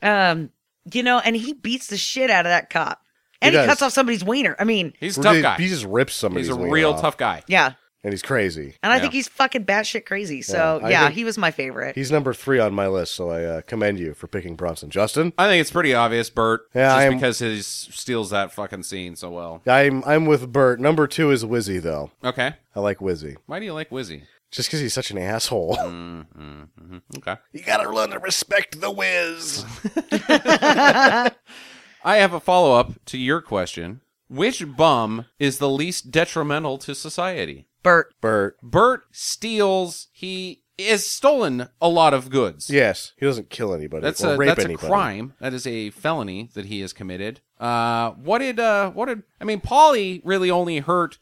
D: Um, you know, and he beats the shit out of that cop, and
C: He
D: he,
C: does.
D: cuts off somebody's wiener. I mean,
A: He's a tough
C: He-
A: guy.
C: He just rips somebody's
A: He's a
C: wiener
A: real
C: off,
A: tough guy.
D: yeah.
C: and he's crazy.
D: And I
A: Yeah.
D: think he's fucking batshit crazy. So
C: Yeah,
D: yeah,
C: I think-
D: he was my favorite.
C: He's number three on my list, so I uh, commend you for picking Bronson. Justin,
A: I think it's pretty obvious, Bert.
C: Yeah,
A: just
C: I'm-
A: because he steals that fucking scene so well.
C: I'm I'm with Bert. Number two is Wizzy, though.
A: Okay.
C: I like Wizzy
A: Why do you like Wizzy?
C: just because he's such an asshole.
A: Okay.
C: you gotta learn to respect the Wiz.
A: I have a follow up to your question. Which bum is the least detrimental to society?
D: Bert.
C: Bert,
A: Bert steals. He is stolen a lot of goods.
C: yes, he doesn't kill anybody
A: That's
C: or
A: a
C: rape
A: that's
C: anybody.
A: a crime. That is a felony that he has committed. Uh, what did uh, what did I mean? Polly really only hurt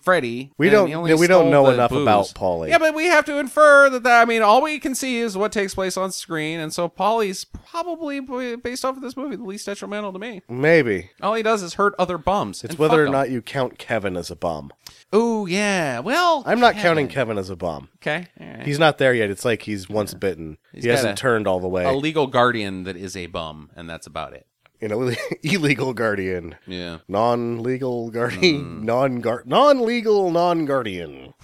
A: Freddy.
C: We
A: and
C: don't-
A: he only
C: yeah, we
A: stole
C: don't know
A: the
C: enough
A: booze.
C: about Pauly.
A: Yeah, but we have to infer that, that. I mean, all we can see is what takes place on screen, and so Polly's probably b- based off of this movie the least detrimental to me.
C: Maybe
A: All he does is hurt other bums.
C: it's
A: and
C: whether
A: fuck
C: or
A: 'em.
C: not you count Kevin as a bum.
A: Oh yeah. Well,
C: I'm not counting Kevin as a bum.
A: Okay. all right.
C: He's not there yet. It's like he's once bitten. he
A: got
C: hasn't
A: a-
C: turned all the way.
A: a legal guardian that is a bum, and that's about it.
C: you know, illegal guardian,
A: Yeah. Mm.
C: non-legal guardian, non non non-legal non-guardian.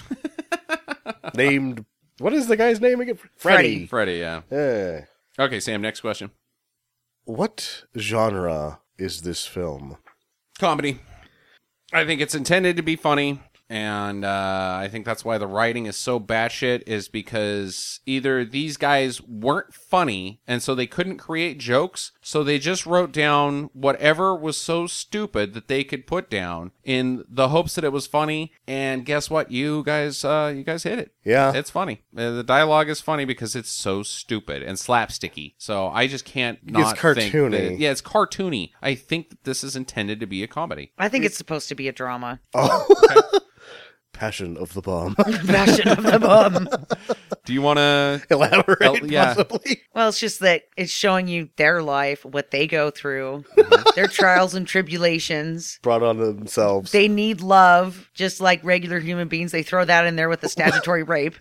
C: Named what is the guy's name again? Freddy.
A: Freddy. Yeah.
C: Eh.
A: Okay, Sam. Next question.
C: what genre is this film?
A: comedy. I think it's intended to be funny, and uh, I think that's why the writing is so batshit. Is because either these guys weren't funny, and so they couldn't create jokes, so they just wrote down whatever was so stupid that they could put down in the hopes that it was funny. And guess what? You guys, uh, you guys hit it.
C: Yeah.
A: it's funny. Uh, The dialogue is funny because it's so stupid and slapsticky. So I just can't. Not think that-
C: cartoony.
A: yeah, it's cartoony. I think that this is intended to be a comedy.
D: I think it's supposed to be a drama.
C: Passion of the Bum.
D: Passion of the bum.
A: Do you want to?
C: Elaborate,
A: Well, yeah.
C: possibly.
D: Well, it's just that it's showing you their life, what they go through, their trials and tribulations.
C: Brought on themselves.
D: They need love, just like regular human beings. They throw that in there with the statutory rape.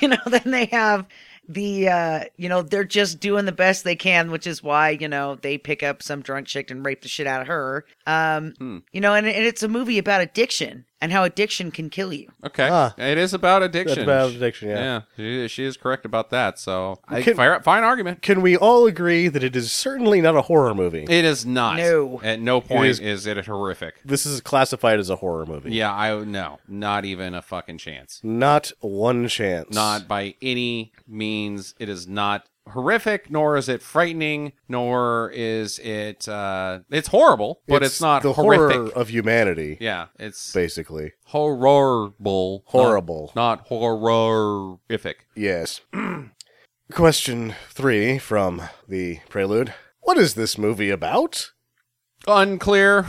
D: you know, then they have the uh you know they're just doing the best they can which is why you know they pick up some drunk chick and rape the shit out of her um you know and, and it's a movie about addiction and how addiction can kill you.
A: Okay,
C: Ah.
A: it is about addiction.
C: about addiction, yeah.
A: she, she is correct about that. So, I,
C: Can-
A: fire, fine argument.
C: Can we all agree that it is certainly not a horror movie?
A: It is not.
D: No.
A: At no point
C: is-
A: is, it horrific.
C: this is classified as a horror movie.
A: Yeah, I no, not even a fucking chance.
C: Not one chance.
A: Not by any means. It is not horrific, nor is it frightening, nor is it. uh It's horrible, but it's, not
C: the
A: horrific.
C: horror of humanity,
A: yeah, it's
C: basically.
A: horrible,
C: Horrible.
A: not, not horrific.
C: Yes. Question three from the prelude. What is this movie about?
A: Unclear.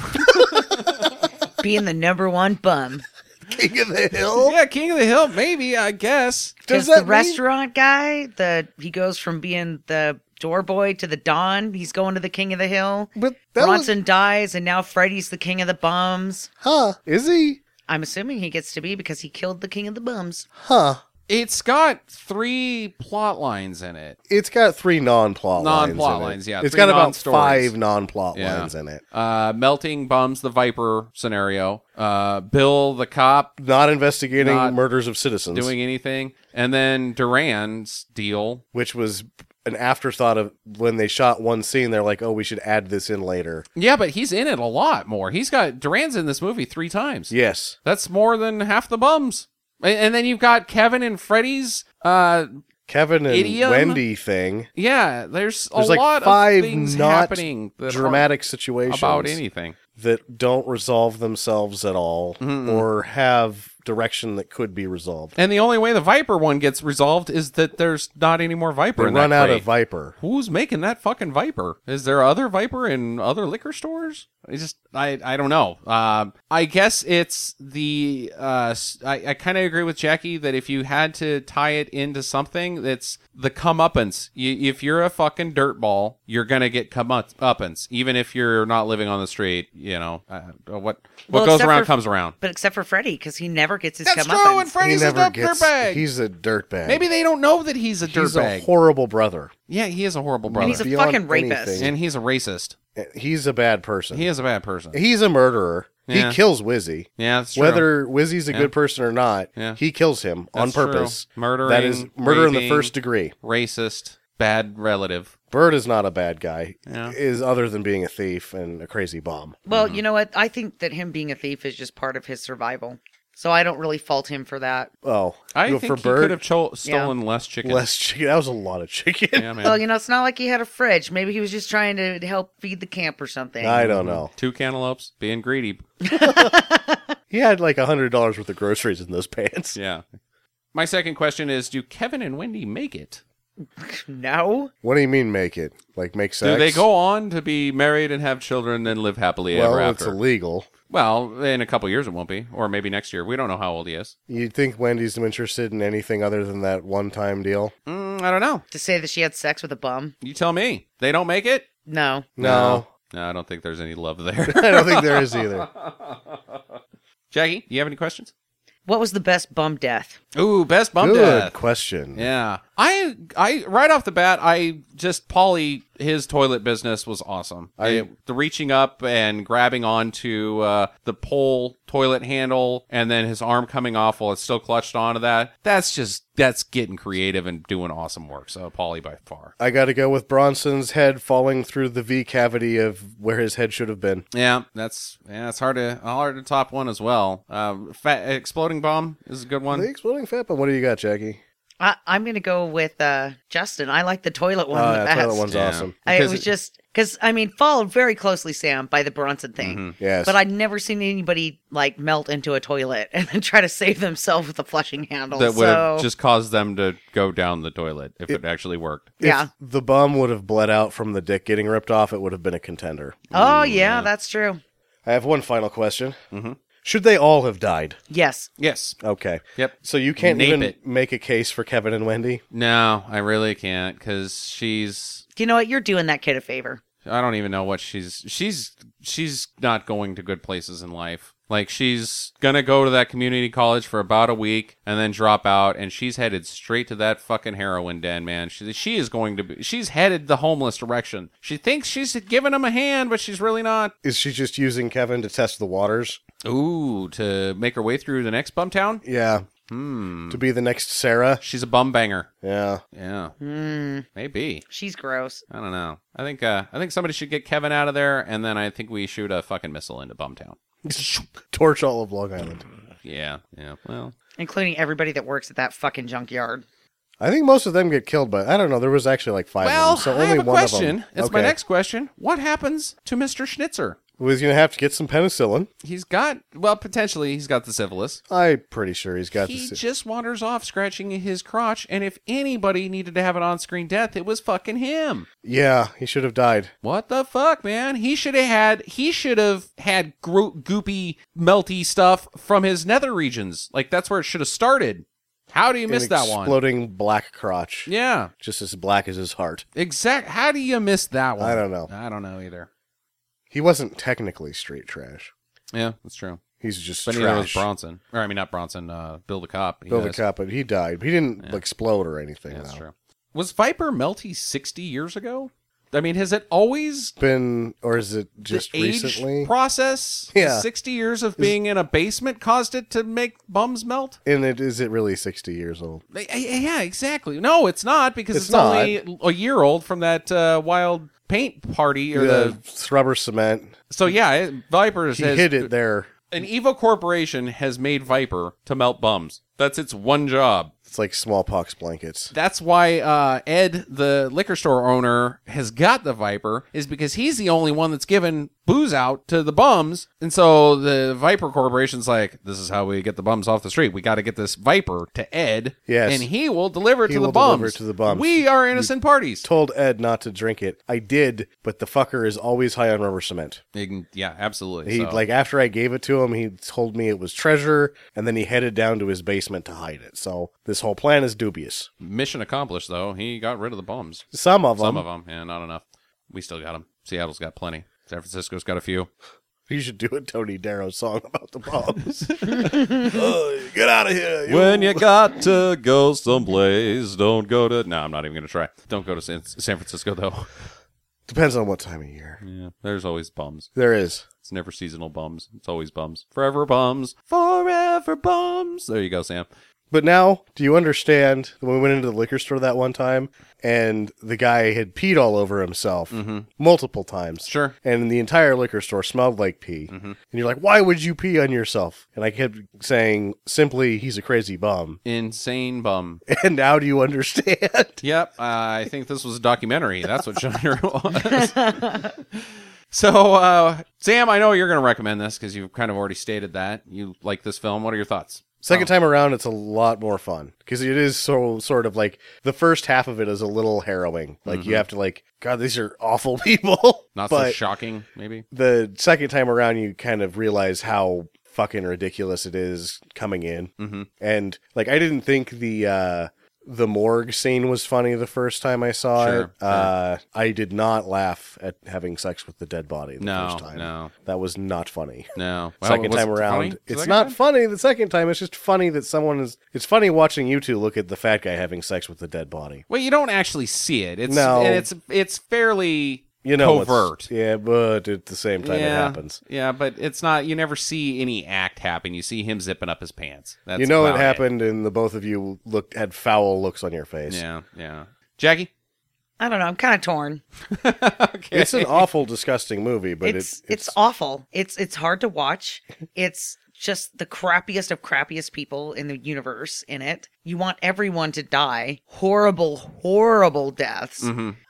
D: Being the number one bum.
C: King of the Hill?
A: yeah, King of the Hill, maybe I guess.
C: Does
D: Does
C: that
D: the
C: mean-
D: restaurant guy, the he goes from being the door boy to the don, he's going to the king of the hill.
C: But that was,
D: Bronson dies and now Freddy's the king of the bums.
C: huh? Is he?
D: I'm assuming he gets to be because he killed the king of the bums.
C: Huh?
A: It's got three plot lines in it.
C: It's got three non-plot lines.
A: Non-plot
C: in it.
A: lines, yeah,
C: It's
A: three
C: got about
A: non-stories.
C: five non-plot
A: Yeah.
C: lines in it.
A: Uh, melting bums the viper scenario. Uh, Bill the cop
C: Not investigating
A: Not
C: murders of citizens,
A: doing anything, and then Duran's deal.
C: which was an afterthought of when they shot one scene. They're like, "Oh, we should add this in later."
A: Yeah, but he's in it a lot more. He's got Duran's in this movie three times.
C: Yes,
A: That's more than half the bums. And, and then you've got Kevin and Freddy's. Uh,
C: Kevin and
A: Idiom?
C: Wendy thing.
A: yeah, there's a
C: There's like
A: lot
C: five
A: of things
C: not
A: happening that aren't
C: Dramatic situations
A: about anything.
C: that don't resolve themselves at all, or have direction that could be resolved.
A: And the only way the Viper one gets resolved is that there's not any more Viper.
C: They
A: in
C: run
A: that
C: out
A: crate.
C: of Viper.
A: Who's making that fucking Viper? Is there other Viper in other liquor stores? I just I I don't know. Um, I guess it's the uh, s- I, I kind of agree with Jackie that if you had to tie it into something, that's the comeuppance. You, if you're a fucking dirtball, you're gonna get comeuppance, even if you're not living on the street. You know uh, what what
D: Well,
A: goes
D: except
A: around
D: for-
A: comes around.
D: But except for Freddy, because he never gets his
A: That's
D: comeuppance.
A: true. And Freddy's
C: he
A: a
C: never
A: dump
C: gets.
A: dirtbag.
C: He's a dirtbag.
A: Maybe they don't know that he's a
C: he's a
A: dirtbag.
C: horrible brother.
A: yeah, he is a horrible brother.
D: he's a
C: Beyond
D: fucking rapist.
C: anything. eh,
A: and he's a racist.
C: He's a bad person.
A: He is a bad person.
C: he's a murderer.
A: Yeah.
C: He kills Wizzy.
A: yeah, that's true.
C: Whether Wizzy's a
A: Yeah.
C: good person or not,
A: Yeah.
C: he kills him on
A: That's true.
C: purpose.
A: Murdering,
C: that is murder in the
A: raping.
C: first degree.
A: racist, bad relative.
C: Bird is not a bad guy.
A: Yeah.
C: Is other than being a thief and a crazy bomb.
D: Well, you know what? I think that him being a thief is just part of his survival. So I don't really fault him for that.
C: Oh,
A: I
C: you know,
A: think
C: for
A: he
C: Bird,
A: could have cho- stolen less chicken.
C: less chicken. That was a lot of chicken.
A: Yeah, man.
D: Well, you know, it's not like he had a fridge. Maybe he was just trying to help feed the camp or something.
C: I don't know.
A: Two cantaloupes, being greedy.
C: He had like a hundred dollars worth of groceries in those pants.
A: Yeah. My second question is: Do Kevin and Wendy make it?
D: No.
C: What do you mean make it? Like make
A: Do
C: sex?
A: they go on to be married and have children and live happily ever
C: Well, it's
A: after?
C: illegal.
A: well, in a couple years it won't be, or maybe next year. We don't know how old he is.
C: You'd think Wendy's interested in anything other than that one-time deal.
A: Mm, I don't know.
D: To say that she had sex with a bum?
A: You tell me. They don't make it.
D: No.
C: No,
A: No, I don't think there's any love there.
C: I don't think there is either.
A: Jackie, you have any questions?
D: What was the best bum death?
A: Ooh, best bum
C: Good
A: death.
C: question.
A: Yeah. I I right off the bat, I just Polly his toilet business was awesome.
C: I-
A: It- the reaching up and grabbing onto uh, the pole toilet handle and then his arm coming off while it's still clutched onto that. That's just that's getting creative and doing awesome work. So Polly by far.
C: I got to go with Bronson's head falling through the V cavity of where his head should have been.
A: Yeah, that's yeah, it's hard to hard to top one as well. Uh, fat, exploding bomb is a good one.
C: The exploding fat bomb. What do you got, Jackie?
D: I, I'm going to go with uh, Justin. I like the toilet one
C: Oh,
D: the
C: that
D: best.
C: toilet one's
A: Yeah.
C: awesome.
D: I, it
A: Because
D: was
A: it-
D: just because I mean, followed very closely, Sam, by the Bronson thing.
A: Mm-hmm.
C: Yes.
D: But I'd never seen anybody like melt into a toilet and then try to save themselves with a flushing handle.
A: that would
D: so
A: have just caused them to go down the toilet if it actually worked.
C: If
D: yeah.
C: the bum would have bled out from the dick getting ripped off, it would have been a contender.
D: Oh yeah, that's true.
C: I have one final question. Mm-hmm. Should they all have died?
D: Yes.
A: Yes.
C: Okay.
A: Yep.
C: So you can't
A: Nape
C: even
A: it.
C: make a case for Kevin and Wendy.
A: No, I really can't because she's.
D: You know what? You're doing that kid a favor.
A: I don't even know what she's. She's. She's not going to good places in life. Like she's gonna go to that community college for about a week and then drop out, and she's headed straight to that fucking heroin den, man. She she is going to be. She's headed the homeless direction. She thinks she's giving him a hand, but she's really not.
C: Is she just using Kevin to test the waters?
A: Ooh, to make her way through the next bum town?
C: Yeah.
A: Hmm.
C: To be the next Sarah.
A: She's a bum banger.
C: Yeah.
A: Yeah. Maybe.
D: She's gross.
A: I don't know. I think uh, I think somebody should get Kevin out of there, and then I think we shoot a fucking missile into Bumtown.
C: Torch all of Long Island.
A: Yeah, yeah. Well,
D: Including everybody that works at that fucking junkyard.
C: I think most of them get killed, but I don't know. There was actually like five
A: well.
C: of them, so
A: I
C: only
A: have a
C: one
A: question.
C: of them.
A: It's my next question. What happens to Mister Schnitzer?
C: Was gonna have to get some penicillin.
A: He's got well, potentially he's got the syphilis.
C: I'm pretty sure he's got
A: He
C: the. si-
A: just wanders off scratching his crotch, and if anybody needed to have an on-screen death, it was fucking him.
C: yeah, he should have died.
A: What the fuck, man? He should have had he should have had gro- goopy, melty stuff from his nether regions. Like that's where it should have started. How do you miss
C: An
A: that one?
C: Exploding black crotch.
A: Yeah,
C: Just as black as his heart.
A: exact. How do you miss that one?
C: I don't know.
A: I don't know either.
C: He wasn't technically straight trash.
A: Yeah, that's true.
C: He's just
A: But neither was
C: trash.
A: Bronson, or I mean not Bronson. Uh, Bill the cop. He
C: Bill
A: does.
C: the cop, but he died. He didn't explode or anything.
A: Yeah, that's
C: though.
A: true. Was Viper melty sixty years ago? I mean, has it always
C: Been or is it just
A: the age
C: recently?
A: process?
C: Yeah.
A: sixty years of being in a basement caused it to make bums melt.
C: and it is it really sixty years old?
A: Y- y- eh, Yeah, exactly. No, it's not because it's,
C: It's not.
A: only a year old from that uh, wild paint party or
C: the
A: the.
C: rubber cement.
A: So yeah, it, Viper has
C: He hid it there.
A: An evil corporation has made Viper to melt bums. That's its one job.
C: It's like smallpox blankets.
A: That's why uh, Ed, the liquor store owner, has got the Viper is because he's the only one that's given booze out to the bums, and so the Viper Corporation's like, "This is how we get the bums off the street. We got to get this Viper to Ed,
C: Yes.
A: and he will deliver it
C: He
A: to the
C: will deliver
A: bums.
C: it to the bums.
A: We are innocent parties.
C: Told Ed not to drink it. I did, but the fucker is always high on rubber cement.
A: Ign- Yeah, absolutely.
C: He
A: So-
C: like after I gave it to him, he told me it was treasure, and then he headed down to his basement to hide it. So this whole plan is dubious.
A: mission accomplished though. He got rid of the bums.
C: Some of them.
A: Some of them, yeah, not enough. We still got them. Seattle's got plenty. San Francisco's got a few.
C: You should do a Tony Darrow song about the bombs. Oh, get out of here! you-
A: When you got to go someplace, don't go to. No, I'm not even gonna try. Don't go to San, San Francisco though.
C: Depends on what time of year.
A: Yeah, there's always bums.
C: There is.
A: It's never seasonal bums. It's always bums. Forever bums. Forever bums. There you go, Sam.
C: But now, do you understand when we went into the liquor store that one time and the guy had peed all over himself multiple times?
A: Mm-hmm. Sure. Mm-hmm.
C: And the entire liquor store smelled like pee. And you're like, why would you pee on yourself? And I kept saying, simply, he's a crazy bum.
A: Insane bum.
C: And now do you understand?
A: Yep, uh, I think this was a documentary. That's what John Hero was. so, uh, Sam, I know you're going to recommend this because you've kind of already stated that you like this film. What are your thoughts?
C: Second time around, it's a lot more fun because it is so sort of like the first half of it is a little harrowing. Like you have to like, God, these are awful people.
A: Mm-hmm. Not so
C: But-
A: shocking, maybe.
C: the second time around you kind of realize how fucking ridiculous it is coming in mm-hmm. and like i didn't think the uh the morgue scene was funny the first time i saw
A: Sure,
C: it uh i did not laugh at having sex with the dead body the
A: No,
C: first time
A: no.
C: that was not funny
A: No. Well,
C: second
A: was
C: time
A: it
C: around
A: funny?
C: it's
A: Second
C: not
A: time?
C: funny the second time it's just funny that someone is it's funny watching you two look at the fat guy having sex with the dead body
A: Well, you don't actually see it. It's
C: No.
A: and it's it's fairly
C: you know it's-
A: covert.
C: yeah but at the same time it happens
A: Yeah, but it's not. You never see any act happen. You see him zipping up his pants. That's
C: you know it
A: about
C: happened, and the both of you looked had foul looks on your face.
A: Yeah, yeah. Jackie.
D: I don't know. I'm kind of torn.
A: okay.
C: It's an awful, disgusting movie, but
D: it's,
C: it's
D: it's awful. It's it's hard to watch. It's just the crappiest of crappiest people in the universe in it. You want everyone to die horrible, horrible deaths.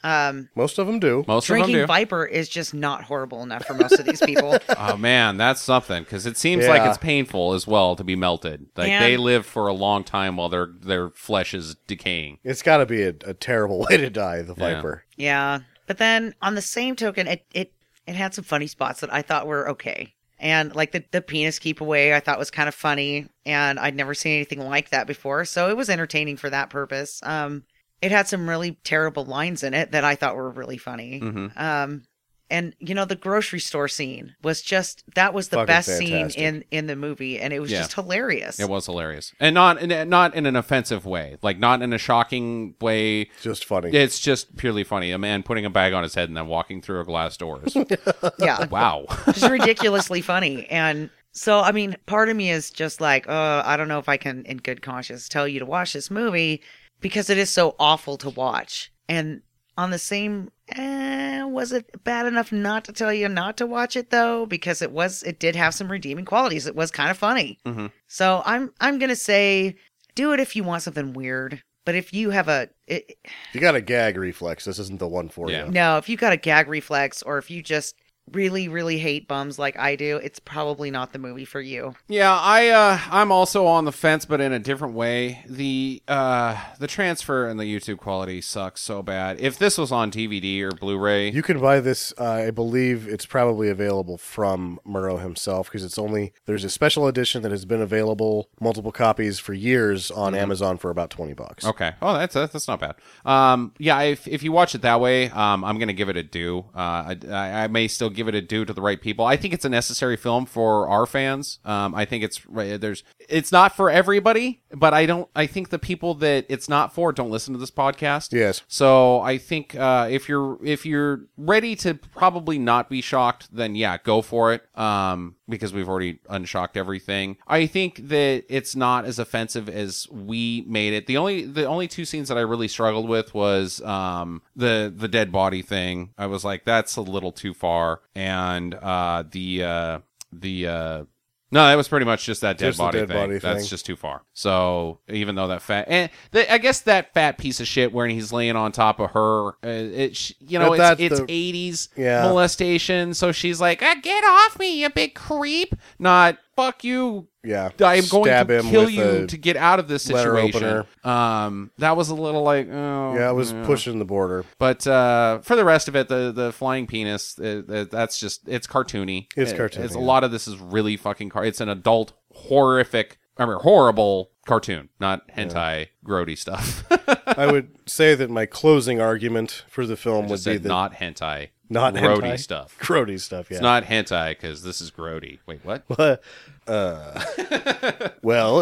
D: Um,
C: most of them do.
A: Most of them
D: drinking
A: do.
D: Viper is just not horrible enough for most of these people.
A: oh man, that's something because it seems like
C: Yeah.
A: it's painful as well to be melted. Like
D: And-
A: they live for a long time while their their flesh is decaying.
C: It's got to be a, a terrible way to die, the Viper.
D: yeah, but then on the same token, it it it had some funny spots that I thought were okay. And like the, the penis keep away, I thought was kind of funny, and I'd never seen anything like that before, so it was entertaining for that purpose. Um, it had some really terrible lines in it that I thought were really funny. Um, and you know the grocery store scene was just that was the
C: Fucking
D: best
C: fantastic.
D: scene in in the movie, and it was
A: Yeah.
D: just hilarious.
A: It was hilarious, and not in, not in an offensive way, like not in a shocking way.
C: Just funny.
A: It's just purely funny. A man putting a bag on his head and then walking through a glass door. Is,
D: yeah,
A: wow.
D: just ridiculously funny and So, I mean, part of me is just like, oh, I don't know if I can, in good conscience, tell you to watch this movie because it is so awful to watch. And on the same, eh, was it bad enough not to tell you not to watch it though? Because it was, it did have some redeeming qualities. It was kind of funny. So I'm, I'm gonna say, do it if you want something weird. But if you have a, it,
C: You got a gag reflex. This isn't the one for
A: Yeah.
C: you.
D: no, if you got a gag reflex or if you just really, really hate bums like I do, it's probably not the movie for you.
A: Yeah, I uh, I'm also on the fence, but in a different way. The uh, the transfer and the YouTube quality sucks so bad. If this was on DVD or Blu-ray,
C: You can buy this. Uh, I believe it's probably available from Murrow himself because it's only there's a special edition that has been available multiple copies for years on Amazon for about twenty bucks.
A: Mm-hmm. okay. Oh, that's that's not bad. Um, yeah, if if you watch it that way, um, I'm gonna give it a do. Uh, I, I I may still give it a do to the right people. I think it's a necessary film for our fans. Um, I think it's there's it's not for everybody, but I don't. I think the people that it's not for don't listen to this podcast.
C: Yes.
A: So I think uh, if you're if you're ready to probably not be shocked, then yeah, go for it. Um, because we've already unshocked everything. I think that it's not as offensive as we made it. The only the only two scenes that I really struggled with was um the the dead body thing. I was like, that's a little too far, and uh the uh the uh. No, that was pretty much just that dead,
C: Just the
A: body,
C: dead
A: thing.
C: body
A: That's
C: thing.
A: just too far. So even though that fat, and the, I guess that fat piece of shit where he's laying on top of her, uh, it sh- you know
C: But
A: it's
C: that's
A: it's
C: the-
A: eighties
C: Yeah.
A: molestation. So she's like, ah, "Get off me, you big creep!" Not fuck you.
C: Yeah.
A: I am going
C: Stab
A: to
C: him
A: kill
C: with
A: you
C: a-
A: to get out of this
C: letter
A: situation. Um, that was a little like, oh,
C: Yeah, I was pushing the border.
A: But uh, for the rest of it, the the flying penis, uh, uh, that's just it's cartoony.
C: It's
A: It-
C: cartoony,
A: It's a
C: yeah.
A: lot of this is really fucking car. It's an adult horrific, I mean horrible cartoon, not hentai grody stuff.
C: I would say that my closing argument for the film
A: Just
C: would be
A: said
C: that
A: not hentai,
C: not
A: grody
C: hentai.
A: stuff.
C: grody stuff. Yeah.
A: It's not hentai because this is grody. Wait, what?
C: well,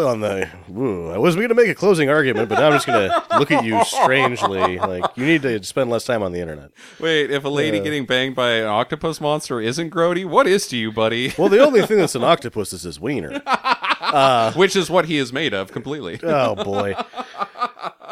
C: on the ooh, I wasn't going to make a closing argument, but now I'm just going to look at you strangely. Like you need to spend less time on the internet.
A: Wait, if a lady getting banged by an octopus monster isn't grody, what is to you, buddy?
C: Well, the only thing that's an octopus is his wiener.
A: Which is what he is made of completely.
C: oh boy.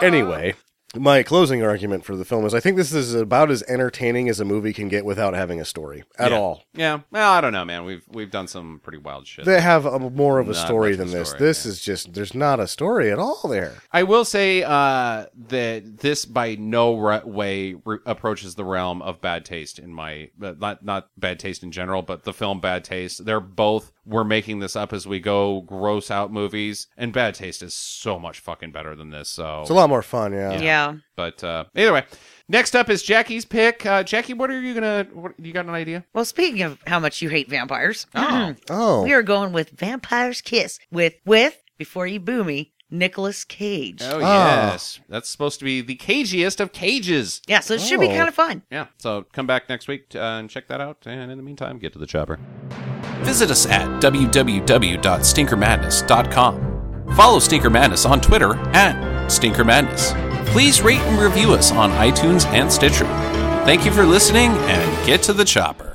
C: Anyway, my closing argument for the film is I think this is about as entertaining as a movie can get without having a story at all.
A: Yeah. Well, I don't know, man. We've we've done some pretty wild shit.
C: They have a, more of a
A: Not
C: story
A: much of
C: than
A: a
C: this.
A: story,
C: this is just there's not a story at all there.
A: I will say uh, that this by no re- way re- approaches the realm of bad taste in my uh, not not bad taste in general, but the film Bad Taste. They're both we're making this up as we go, gross out movies, and Bad Taste is so much fucking better than this. So,
C: It's a lot more fun, yeah.
D: Yeah.
A: but uh, either way, next up is Jackie's pick. Uh, Jackie, what are you gonna? What, you got an idea?
D: Well, speaking of how much you hate vampires,
C: Oh,
D: we are going with Vampire's Kiss with with before you boo me, Nicolas Cage.
A: Oh
C: Ah.
A: yes, that's supposed to be the cagiest of cages.
D: Yeah, so it should be
C: Oh.
D: kind of fun.
A: Yeah, so come back next week uh, and check that out. And in the meantime, get to the chopper.
E: Visit us at www.stinkermadness.com. Follow Stinker Madness on Twitter at Stinker Madness. Please rate and review us on iTunes and Stitcher. Thank you for listening and get to the chopper.